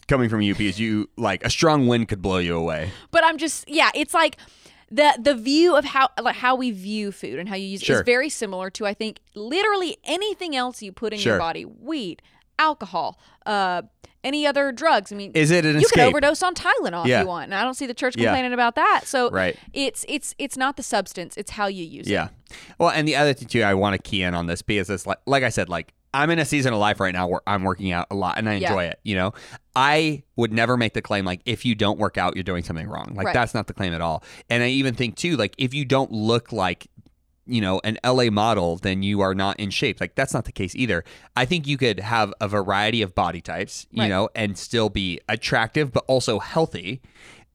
S1: coming from you because you like a strong wind could blow you away.
S3: but I'm just yeah, it's like the the view of how like how we view food and how you use it
S1: Sure.
S3: is very similar to I think literally anything else you put in
S1: Sure.
S3: your body, weed, alcohol, uh, any other drugs. I mean,
S1: Is it an
S3: you
S1: escape?
S3: can overdose on Tylenol
S1: Yeah.
S3: if you want, and I don't see the church
S1: Yeah.
S3: complaining about that. So
S1: Right.
S3: it's it's it's not the substance; it's how you use it.
S1: Yeah. Well, and the other thing too, I want to key in on this because it's like, like I said, like I'm in a season of life right now where I'm working out a lot and I
S3: Yeah.
S1: enjoy it. You know, I would never make the claim like if you don't work out, you're doing something wrong. Like
S3: Right.
S1: that's not the claim at all. And I even think too, like if you don't look like you know an LA model, then you are not in shape. Like that's not the case either. I think you could have a variety of body types, you
S3: Right.
S1: know, and still be attractive but also healthy.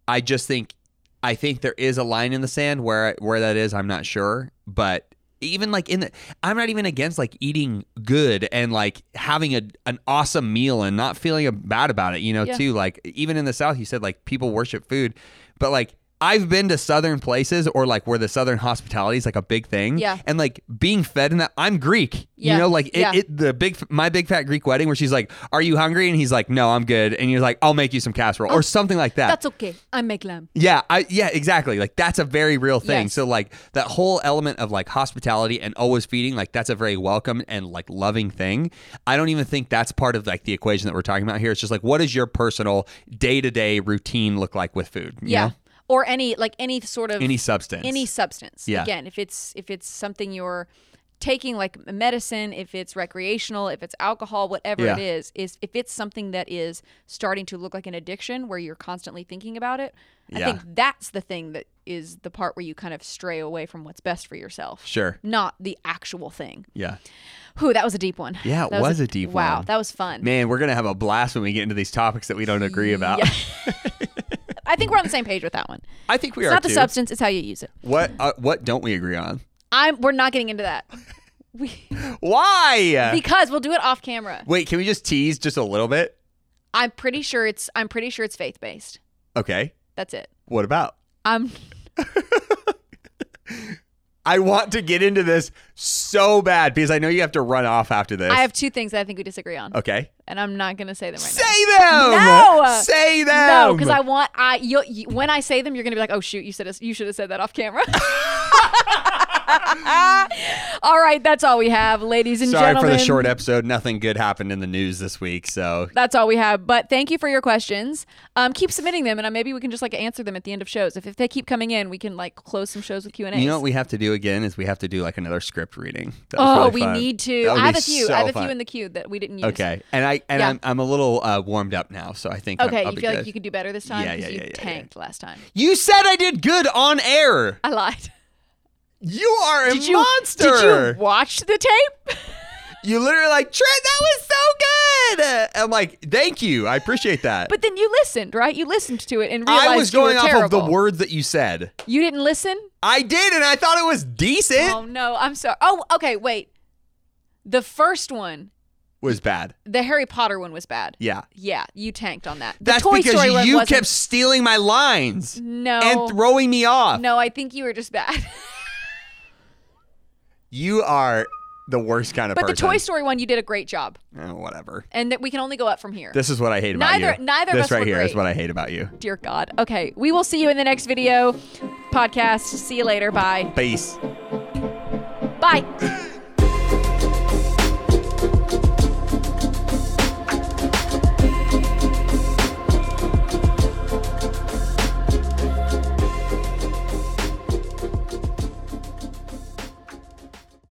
S1: I just think I think there is a line in the sand where where that is. I'm not sure, but even like in the, I'm not even against like eating good and like having a an awesome meal and not feeling bad about it. You know,
S3: Yeah.
S1: too. Like even in the South, you said like people worship food, but like. I've been to southern places or like where the southern hospitality is like a big thing.
S3: Yeah.
S1: And like being fed in that I'm Greek.
S3: Yeah.
S1: You know, like it,
S3: Yeah.
S1: it the big my big fat Greek wedding where she's like, Are you hungry? And he's like, No, I'm good. And you're like, I'll make you some casserole or something like that.
S3: Oh, That's okay. I make lamb.
S1: Yeah, I yeah, exactly. Like that's a very real thing.
S3: Yes.
S1: So like that whole element of like hospitality and always feeding, like that's a very welcome and like loving thing. I don't even think that's part of like the equation that we're talking about here. It's just like what does your personal day-to-day routine look like with food? you
S3: Yeah.
S1: know?
S3: Or any like any sort of
S1: Any substance.
S3: any substance
S1: Yeah.
S3: again if it's if it's something you're taking like medicine, if it's recreational, if it's alcohol, whatever
S1: Yeah.
S3: it is, is if it's something that is starting to look like an addiction where you're constantly thinking about it, I
S1: Yeah.
S3: think that's the thing that is the part where you kind of stray away from what's best for yourself.
S1: Sure.
S3: Not the actual thing.
S1: Yeah.
S3: Whew, that was a deep one.
S1: Yeah, it
S3: That
S1: was a deep
S3: wow,
S1: one.
S3: that was fun.
S1: Man, we're gonna have a blast when we get into these topics that we don't agree about.
S3: Yeah. I think we're on the same page with that one.
S1: I think we
S3: It's
S1: are
S3: not the
S1: too.
S3: substance; it's how you use it.
S1: what uh, what don't we agree on?
S3: I'm. We're not getting into that. We
S1: Why?
S3: because we'll do it off camera.
S1: Wait, can we just tease just a little bit?
S3: I'm pretty sure it's. I'm pretty sure it's faith based.
S1: Okay.
S3: That's it.
S1: What about?
S3: I'm.
S1: I want to get into this so bad because I know you have to run off after this.
S3: I have two things that I think we disagree on,
S1: okay.
S3: and I'm not gonna say them right
S1: Say them.
S3: No!
S1: Say them.
S3: now. No, because I want I you, you when I say them, you're gonna be like, oh shoot, you said us- you should have said that off camera. all right, that's all we have, ladies and
S1: Sorry
S3: gentlemen.
S1: for the short episode. Nothing good happened in the news this week, so
S3: That's all we have. But thank you for your questions. Um, keep submitting them, and uh, maybe we can just like answer them at the end of shows. If, if they keep coming in, we can like close some shows with Q and A.
S1: you know what we have to do again is we have to do like another script reading. That was
S3: Oh,
S1: really
S3: we
S1: fun.
S3: need to.
S1: That would
S3: I have
S1: be
S3: a few.
S1: so
S3: I have a
S1: fun.
S3: few in the queue that we didn't use.
S1: Okay, and I and
S3: Yeah.
S1: I'm, I'm a little uh, warmed up now, so I think
S3: Okay,
S1: I'm, I'll
S3: you
S1: be
S3: feel
S1: good.
S3: like you could do better this time
S1: Yeah, yeah,
S3: because you
S1: yeah, yeah, yeah.
S3: tanked last time.
S1: You said I did good on air.
S3: I lied.
S1: You are a
S3: Did you
S1: monster.
S3: Did you watch the tape?
S1: You literally like Trent. That was so good. Uh, I'm like, thank you. I appreciate that.
S3: but then you listened, right? You listened to it and realized
S1: I was
S3: you
S1: going
S3: were
S1: off
S3: terrible.
S1: of the words that you said.
S3: You didn't listen.
S1: I did, and I thought it was decent.
S3: oh no, I'm sorry. Oh, okay, wait. The first one,
S1: was bad.
S3: the Harry Potter one, was bad.
S1: Yeah.
S3: Yeah, you tanked on that. The
S1: That's
S3: Toy
S1: because
S3: Story one
S1: you
S3: wasn't-
S1: kept stealing my lines
S3: no,
S1: and throwing me off.
S3: no. I think you were just bad.
S1: You are the worst kind of
S3: but the
S1: person.
S3: Toy Story one, you did a great job,
S1: Oh, whatever.
S3: and that we can only go up from here.
S1: This is what I hate about
S3: Neither-
S1: you.
S3: neither of
S1: this
S3: us
S1: right
S3: were
S1: here is
S3: great.
S1: what I hate about you.
S3: Dear God. Okay, we will see you in the next video podcast. See you later. Bye.
S1: Peace.
S3: Bye.